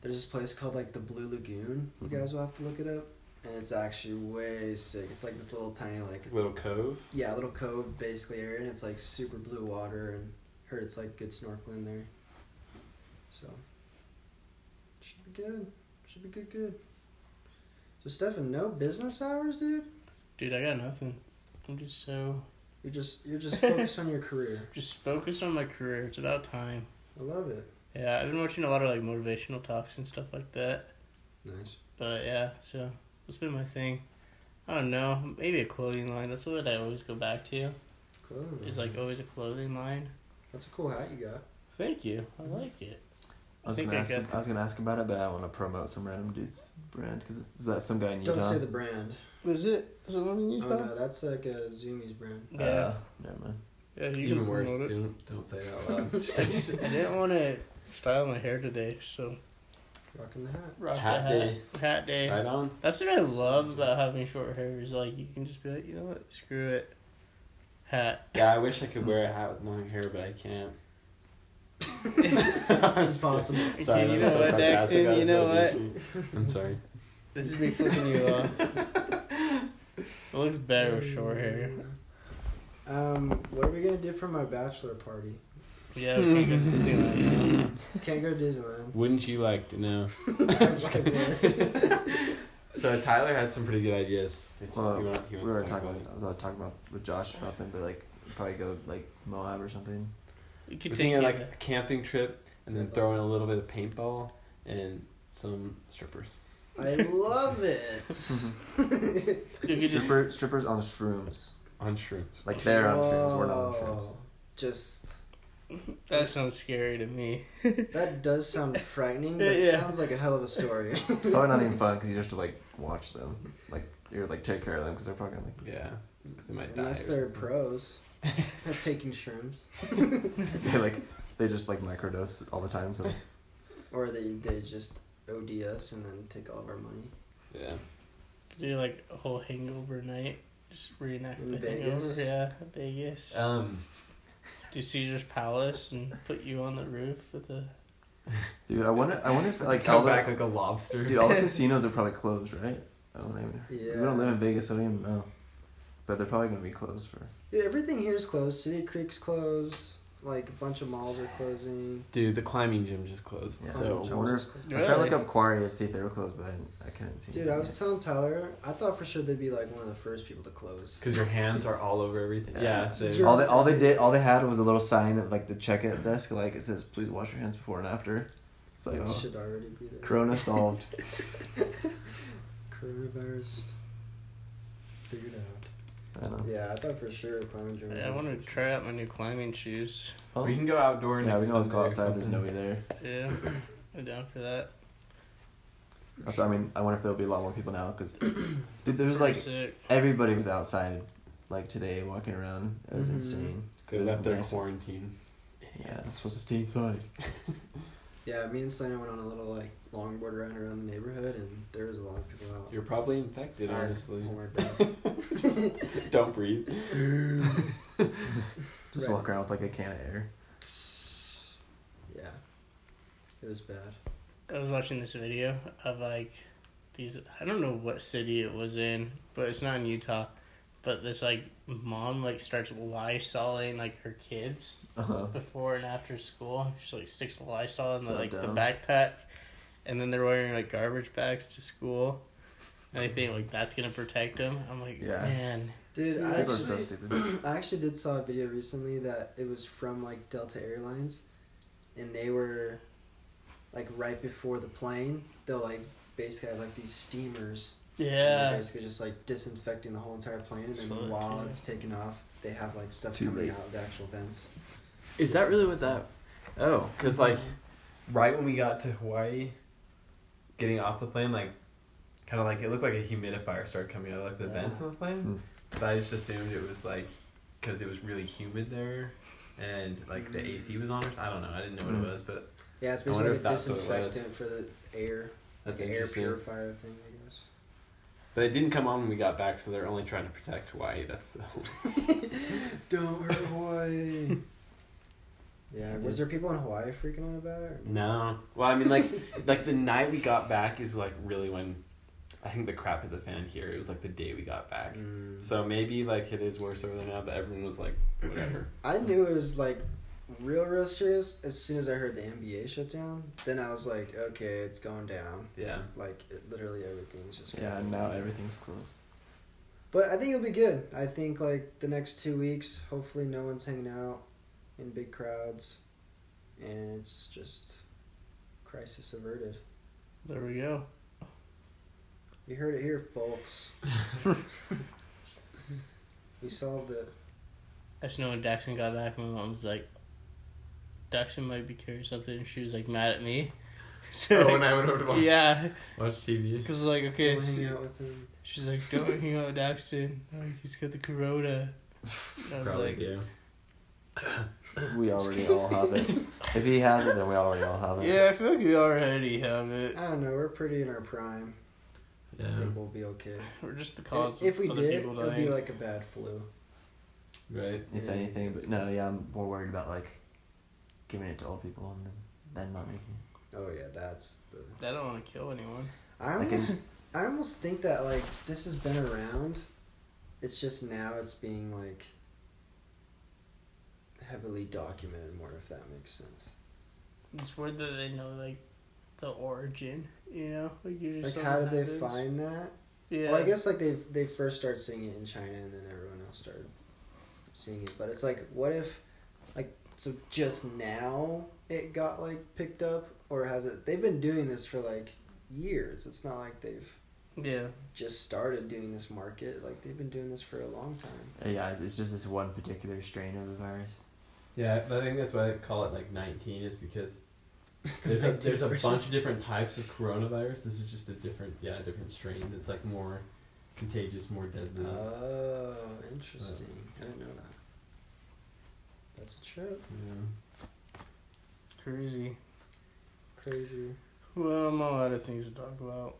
Speaker 1: there's this place called like the Blue Lagoon. You
Speaker 6: Mhm.
Speaker 1: guys will have to look it up, and it's actually way sick. It's like this little tiny like
Speaker 2: Little cove.
Speaker 1: yeah little cove basically area, and it's like super blue water. And heard it's like good snorkeling there. So should be good. Should be good. Good. So Stefan, no business hours, dude.
Speaker 3: Dude, I got nothing. I'm just so
Speaker 1: You're just you're just focused on your career.
Speaker 3: just focused on my career. It's about time.
Speaker 1: I love it.
Speaker 3: Yeah, I've been watching a lot of like motivational talks and stuff like that.
Speaker 1: Nice.
Speaker 3: But yeah, so that's been my thing. I don't know, maybe a clothing line. That's what I always go back to.
Speaker 1: Cool.
Speaker 3: Is like always a clothing line.
Speaker 1: That's a cool hat you got.
Speaker 3: Thank you. I like it.
Speaker 6: I was
Speaker 3: think
Speaker 6: gonna
Speaker 3: I
Speaker 6: ask
Speaker 3: got-
Speaker 6: I was gonna ask about it, but I want to promote some random dude's brand because is that some guy in Utah? Uh,
Speaker 1: Don't say the brand.
Speaker 3: Is it? Is it one in
Speaker 1: Oh no, that's like a Zoomies brand.
Speaker 3: Yeah.
Speaker 6: Uh, never mind.
Speaker 3: yeah you
Speaker 2: Even
Speaker 3: can
Speaker 2: worse.
Speaker 3: promote it.
Speaker 2: Don't don't say that out loud.
Speaker 3: I didn't want to style my hair today, so
Speaker 1: Rocking the hat.
Speaker 3: rock
Speaker 2: Hat
Speaker 3: the hat.
Speaker 2: day.
Speaker 3: Hat day.
Speaker 2: right on.
Speaker 3: That's what I love about having short hair is like you can just be like, you know what, screw it. Hat.
Speaker 2: Yeah, I wish I could wear a hat with long hair, but I can't.
Speaker 1: It's possible.
Speaker 2: Sorry, that
Speaker 3: You know
Speaker 2: was so
Speaker 3: what,
Speaker 2: sarcastic.
Speaker 3: Daxton,
Speaker 2: I
Speaker 3: you
Speaker 2: was
Speaker 3: know
Speaker 2: like, I'm sorry.
Speaker 3: This is me flipping you
Speaker 1: uh,
Speaker 3: off. It looks better with short hair.
Speaker 1: Mm. Um, what are we gonna do for my bachelor party?
Speaker 3: Yeah, we can go to Disneyland now.
Speaker 1: Can't go to Disneyland.
Speaker 2: Wouldn't you like to know? So Tyler had some pretty good ideas. If
Speaker 6: Well,
Speaker 2: you want, he
Speaker 6: we
Speaker 2: wants to
Speaker 6: were
Speaker 2: talk
Speaker 6: talking.
Speaker 2: about
Speaker 6: About,
Speaker 2: it.
Speaker 6: I was uh, talking about with Josh about them, but like probably go like Moab or something.
Speaker 3: You could
Speaker 2: We're
Speaker 3: take
Speaker 2: thinking
Speaker 3: it
Speaker 2: like a camping trip, and then
Speaker 1: Yeah.
Speaker 2: throw in a little bit of paintball and some strippers.
Speaker 1: I love it.
Speaker 3: You could just
Speaker 6: Stripper, strippers on shrooms,
Speaker 2: On shrooms.
Speaker 6: like they're on shrooms. We're not on shrooms.
Speaker 1: Whoa. Just
Speaker 3: That sounds scary to me.
Speaker 1: that does sound frightening, but
Speaker 3: Yeah.
Speaker 1: sounds like a hell of a story.
Speaker 6: It's probably not even fun because you just have to like watch them, like you're like take care of them because they're probably gonna, like
Speaker 2: Yeah, because they might die.
Speaker 1: Unless
Speaker 2: or
Speaker 1: they're
Speaker 2: something.
Speaker 1: pros at taking shrooms,
Speaker 6: they like they just like microdose all the time. So
Speaker 1: or they they just OD us and then take all of our money.
Speaker 2: Yeah.
Speaker 3: Do like a whole hangover night. Just reenact
Speaker 1: In
Speaker 3: the
Speaker 1: Vegas?
Speaker 2: Uh.
Speaker 3: hangover. Yeah, Vegas.
Speaker 2: Um,
Speaker 3: to Caesar's Palace and put you on the roof with a.
Speaker 6: Dude, I wonder. I wonder if like all
Speaker 2: Come back
Speaker 6: the,
Speaker 2: like a lobster.
Speaker 6: dude, all the casinos are probably closed, right? I don't even. We
Speaker 1: Yeah.
Speaker 6: don't live in Vegas, so we don't even know. But they're probably gonna be closed for.
Speaker 1: Dude, everything here is closed. City Creek's closed. Like a bunch of malls are closing.
Speaker 2: Dude, the climbing gym just closed.
Speaker 6: Yeah.
Speaker 2: So
Speaker 6: I wonder if- I tried to look up Quarry to see if they were closed, but I, didn't, I couldn't see.
Speaker 1: Dude, I
Speaker 6: anything.
Speaker 1: was telling Tyler, I thought for sure they'd be like one of the first people to close.
Speaker 2: because your hands are all over everything.
Speaker 6: Yeah.
Speaker 2: Yeah. So
Speaker 1: Sure.
Speaker 6: all they all they did all they had was a little sign at like the checkout desk, like it says, "Please wash your hands before and after." It's like,
Speaker 1: It
Speaker 6: oh,
Speaker 1: should already be there.
Speaker 6: Corona solved.
Speaker 1: Coronavirus figured out.
Speaker 6: I don't know.
Speaker 1: Yeah, I thought for sure climbing gym.
Speaker 3: I want to try out my new climbing shoes.
Speaker 6: Oh.
Speaker 2: we can go outdoor.
Speaker 6: yeah,
Speaker 2: next
Speaker 6: we can always go
Speaker 2: Sunday or
Speaker 6: outside. There's
Speaker 2: something.
Speaker 6: nobody there.
Speaker 3: Yeah, I'm down for that.
Speaker 6: That's, I mean, I wonder if there'll be a lot more people now because, dude, there was like
Speaker 3: Sick.
Speaker 6: everybody was outside, like today walking around. It was
Speaker 1: Mhm.
Speaker 6: insane.
Speaker 2: They
Speaker 6: It was
Speaker 2: left their
Speaker 6: nice.
Speaker 2: quarantine.
Speaker 6: Yeah, it's supposed to stay inside.
Speaker 1: Yeah, me and Slater went on a little like longboard ride around the neighborhood, and there was a lot of people out.
Speaker 2: You're probably infected,
Speaker 1: I-
Speaker 2: honestly.
Speaker 1: hold my breath.
Speaker 2: Don't breathe.
Speaker 6: Just
Speaker 1: Right.
Speaker 6: walk around with like a can of air.
Speaker 1: yeah, it was bad.
Speaker 3: I was watching this video of like these I don't know what city it was in, but it's not in Utah. But this like mom like starts lysoling like her kids
Speaker 6: Uh huh.
Speaker 3: before and after school. She like sticks Lysol in the,
Speaker 6: So
Speaker 3: like the
Speaker 6: dumb.
Speaker 3: backpack, and then they're wearing like garbage bags to school, and they think like that's gonna protect them. I'm like,
Speaker 6: Yeah.
Speaker 3: man,
Speaker 1: Dude, I
Speaker 6: People are so
Speaker 1: actually,
Speaker 6: stupid.
Speaker 1: I actually did saw a video recently that it was from like Delta Airlines, and they were like right before the plane. They'll like basically have like these steamers. and they're
Speaker 3: yeah,
Speaker 1: basically just like disinfecting the whole entire plane, and then
Speaker 3: Fuck,
Speaker 1: while
Speaker 3: yeah.
Speaker 1: it's taking off, they have like stuff
Speaker 6: Too
Speaker 1: coming
Speaker 6: late.
Speaker 1: out of the actual vents.
Speaker 2: Is that really what that? Oh, because like, right when we got to Hawaii, getting off the plane, like, kind of like it looked like a humidifier started coming out of like the vents on the plane,
Speaker 6: Hmm.
Speaker 2: but I just assumed it was like, because it was really humid there, and like the AC was on or s- I don't know. I didn't know what
Speaker 6: Hmm.
Speaker 2: it was, but
Speaker 1: Yeah, it's
Speaker 2: I
Speaker 1: basically
Speaker 2: wonder
Speaker 1: like
Speaker 2: if
Speaker 1: a
Speaker 2: that's what it was.
Speaker 1: disinfectant for the air,
Speaker 2: that's
Speaker 1: like an air
Speaker 2: interesting.
Speaker 1: purifier thing, I guess.
Speaker 2: But it didn't come on when we got back, so they're only trying to protect Hawaii. That's the whole.
Speaker 1: Don't hurt Hawaii. yeah, was there people in Hawaii freaking out about it? or
Speaker 2: No. Well, I mean, like, like the night we got back is like really when, I think the crap hit the fan here. It was like the day we got back.
Speaker 1: Mm.
Speaker 2: So maybe like it is worse over there now, but everyone was like, whatever.
Speaker 1: I knew it was like real, real serious as soon as I heard the NBA shut down. Then I was like, okay, it's going down.
Speaker 2: Yeah.
Speaker 1: Like it, literally everything's just.
Speaker 6: Yeah,
Speaker 1: going
Speaker 6: now
Speaker 1: down.
Speaker 6: everything's closed.
Speaker 1: But I think it'll be good. I think like the next two weeks, hopefully no one's hanging out in big crowds, and it's just crisis averted.
Speaker 3: there we go.
Speaker 1: You heard it here, folks. we solved it.
Speaker 3: I just know when Daxon got back, my mom was like, Daxon might be carrying something, and she was like mad at me. So like,
Speaker 2: Oh, I went over to
Speaker 3: yeah,
Speaker 2: watch TV.
Speaker 3: because like okay,
Speaker 1: We'll
Speaker 3: so-
Speaker 1: hang out with him.
Speaker 3: she's like, don't hang out with Daxton. Like, he's got the corona. And I was
Speaker 2: Probably
Speaker 3: like,
Speaker 2: do.
Speaker 6: We already all have it. If he has it, then we already all have it.
Speaker 3: yeah, I feel like we already have it.
Speaker 1: I don't know. We're pretty in our prime.
Speaker 2: Yeah.
Speaker 1: I think we'll be okay.
Speaker 3: We're just the cause
Speaker 1: If, if
Speaker 3: of
Speaker 1: we
Speaker 3: other
Speaker 1: did,
Speaker 3: people
Speaker 1: it'd
Speaker 3: dying.
Speaker 1: be like a bad flu.
Speaker 2: Right.
Speaker 6: If anything, but no, yeah, I'm more worried about like giving it to old people and then, then not making it.
Speaker 1: Oh yeah, that's the.
Speaker 3: I don't want to kill anyone.
Speaker 1: I
Speaker 6: Like
Speaker 1: almost,
Speaker 6: it's-
Speaker 1: I almost think that like this has been around. It's just now it's being like heavily documented more, if that makes sense.
Speaker 3: It's weird that they know like the origin. You know, like you just
Speaker 1: Like,
Speaker 3: don't
Speaker 1: how
Speaker 3: know
Speaker 1: did they
Speaker 3: it is.
Speaker 1: find that?
Speaker 3: Yeah,
Speaker 1: Well, I guess like they they first started seeing it in China, and then everyone else started seeing it. But it's like, what if, like, so just now it got like picked up, or has it? They've been doing this for like years. It's not like they've
Speaker 3: yeah.
Speaker 1: just started doing this market. Like they've been doing this for a long time.
Speaker 6: Uh, Yeah, it's just this one particular strain of the virus.
Speaker 2: Yeah, but I think that's why they call it like 19 is because there's a there's a bunch of different types of coronavirus. This is just a different yeah, a different strain that's like more contagious, more deadly.
Speaker 1: Oh, interesting. I didn't know that. That's a trip.
Speaker 2: yeah.
Speaker 3: Crazy.
Speaker 1: Crazy.
Speaker 3: Well, I'm all out of things to talk about.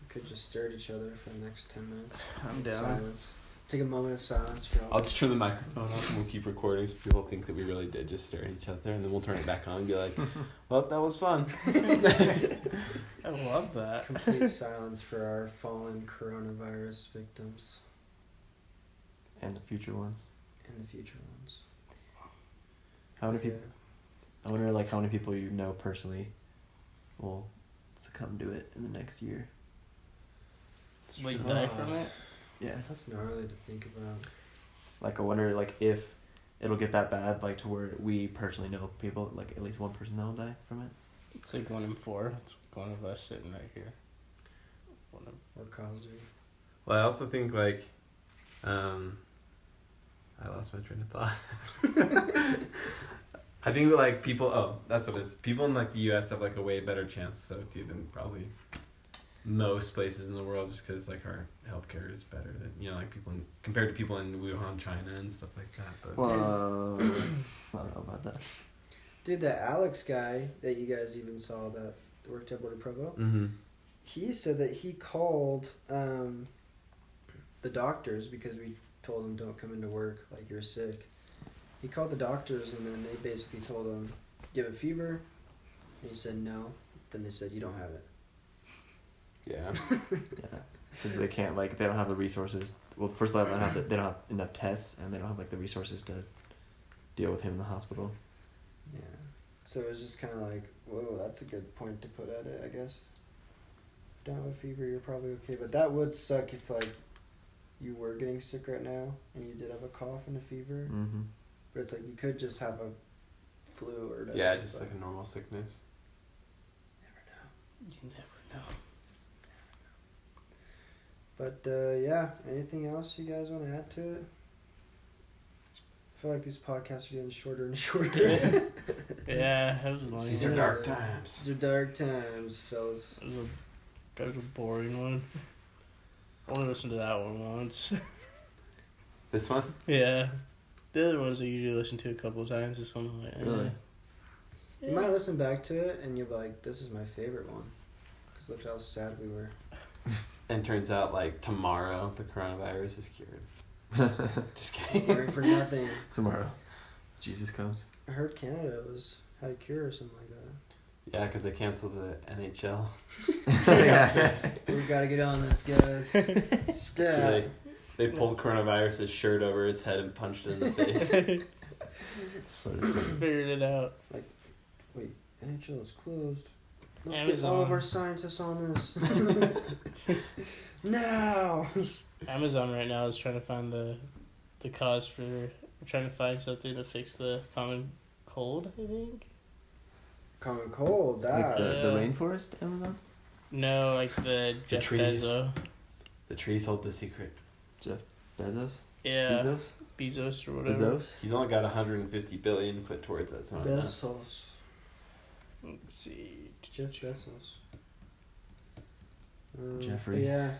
Speaker 1: We could just stare at each other for the next ten minutes.
Speaker 3: I'm
Speaker 1: in
Speaker 3: down.
Speaker 1: Silence. Take a moment of silence for all.
Speaker 2: I'll just turn the microphone off and we'll keep recording so people think that we really did just stare at each other and then we'll turn it back on and be like, well, that was fun.
Speaker 3: I love that.
Speaker 1: Complete silence for our fallen coronavirus victims
Speaker 6: and the future ones.
Speaker 1: and the future ones.
Speaker 6: How many people?
Speaker 1: Yeah.
Speaker 6: I wonder like how many people you know personally will succumb to it in the next year.
Speaker 3: Like die from it.
Speaker 6: Yeah.
Speaker 1: That's gnarly to think about.
Speaker 6: Like I wonder like if it'll get that bad like to where we personally know people like at least one person that will die from it.
Speaker 3: It's like one in four. It's one of us sitting right here. One in
Speaker 1: Or causes.
Speaker 2: Well, I also think, like, um, I lost my train of thought. I think that, like, people, oh, that's what it is. People in, like, the U.S. have, like, a way better chance, so, too, than probably most places in the world just because, like, our healthcare is better than, you know, like, people in, compared to people in Wuhan, China, and stuff like that. But,
Speaker 6: Whoa. I don't know about that.
Speaker 1: Dude, that Alex guy that you guys even saw that worked at Border Provo,
Speaker 2: mm-hmm.
Speaker 1: he said that he called um, the doctors because we told him don't come into work, like you're sick. He called the doctors and then they basically told him, "Do you have a fever?" And he said no. Then they said you don't have it.
Speaker 2: yeah.
Speaker 6: Yeah. Because they can't like they don't have the resources. Well, first of all, they don't have the, they don't have enough tests and they don't have like the resources to deal with him in the hospital.
Speaker 1: Yeah. So it was just kind of like, whoa, that's a good point to put at it, I guess. Down with fever, you're probably okay, but that would suck if like you were getting sick right now and you did have a cough and a fever,
Speaker 6: Mm-hmm.
Speaker 1: but it's like you could just have a flu or whatever.
Speaker 2: Yeah, just
Speaker 1: but
Speaker 2: like a normal sickness.
Speaker 3: You never know.
Speaker 1: But uh, yeah, anything else you guys want to add to it? I feel like these podcasts are getting shorter and shorter.
Speaker 3: Yeah, that was annoying.
Speaker 1: These are
Speaker 3: That
Speaker 1: dark
Speaker 2: times.
Speaker 1: These are dark times, fellas.
Speaker 3: was a, that was a boring one. I only listened to that one once.
Speaker 2: This one?
Speaker 3: yeah. The other ones I usually listen to a couple of times. This one, I'm like, eh.
Speaker 6: Really?
Speaker 1: You might listen back to it and you'll be like, this is my favorite one. Because look how sad we were.
Speaker 2: And turns out, like, tomorrow the coronavirus is cured. Just
Speaker 1: Worrying
Speaker 2: kidding.
Speaker 1: for nothing.
Speaker 6: Tomorrow, Jesus comes.
Speaker 1: I heard Canada was had a cure or something like that.
Speaker 2: yeah, because they canceled the NHL.
Speaker 6: yeah.
Speaker 1: We gotta get on this, guys.
Speaker 2: So
Speaker 1: Step.
Speaker 2: they, they pulled coronavirus's shirt over his head and punched it in the face.
Speaker 3: Figured it out.
Speaker 1: NHL is closed. Let's get
Speaker 3: Amazon.
Speaker 1: all of our scientists on this. now.
Speaker 3: Amazon right now is trying to find the the cause for trying to find something to fix the common cold. I think.
Speaker 1: Common cold.
Speaker 6: Like uh,
Speaker 1: That.
Speaker 6: the, the
Speaker 3: Yeah.
Speaker 6: rainforest, Amazon.
Speaker 3: No, like the
Speaker 2: The
Speaker 3: Jeff
Speaker 2: trees.
Speaker 3: Bezos.
Speaker 2: The trees hold the secret.
Speaker 6: Bezos.
Speaker 3: Yeah,
Speaker 6: Bezos.
Speaker 3: Bezos or whatever.
Speaker 6: Bezos.
Speaker 2: He's only got 150 billion put towards that. So That's
Speaker 1: Bezos.
Speaker 3: Let's see.
Speaker 1: Jeff Bezos. Um,
Speaker 6: Jeffrey.
Speaker 1: but Yeah.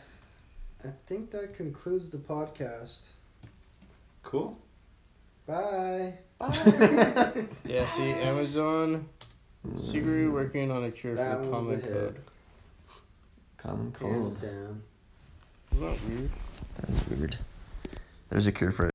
Speaker 1: I think that concludes the podcast.
Speaker 2: cool.
Speaker 1: Bye.
Speaker 3: Yeah, see, Amazon,
Speaker 6: Mm,
Speaker 3: secretly working on a cure
Speaker 1: Mm. That
Speaker 3: for the
Speaker 1: one's a
Speaker 3: common
Speaker 1: hit.
Speaker 3: cold.
Speaker 6: Common
Speaker 1: Hands
Speaker 6: cold.
Speaker 1: down.
Speaker 3: Isn't that weird?
Speaker 6: That is weird. There's a cure for it.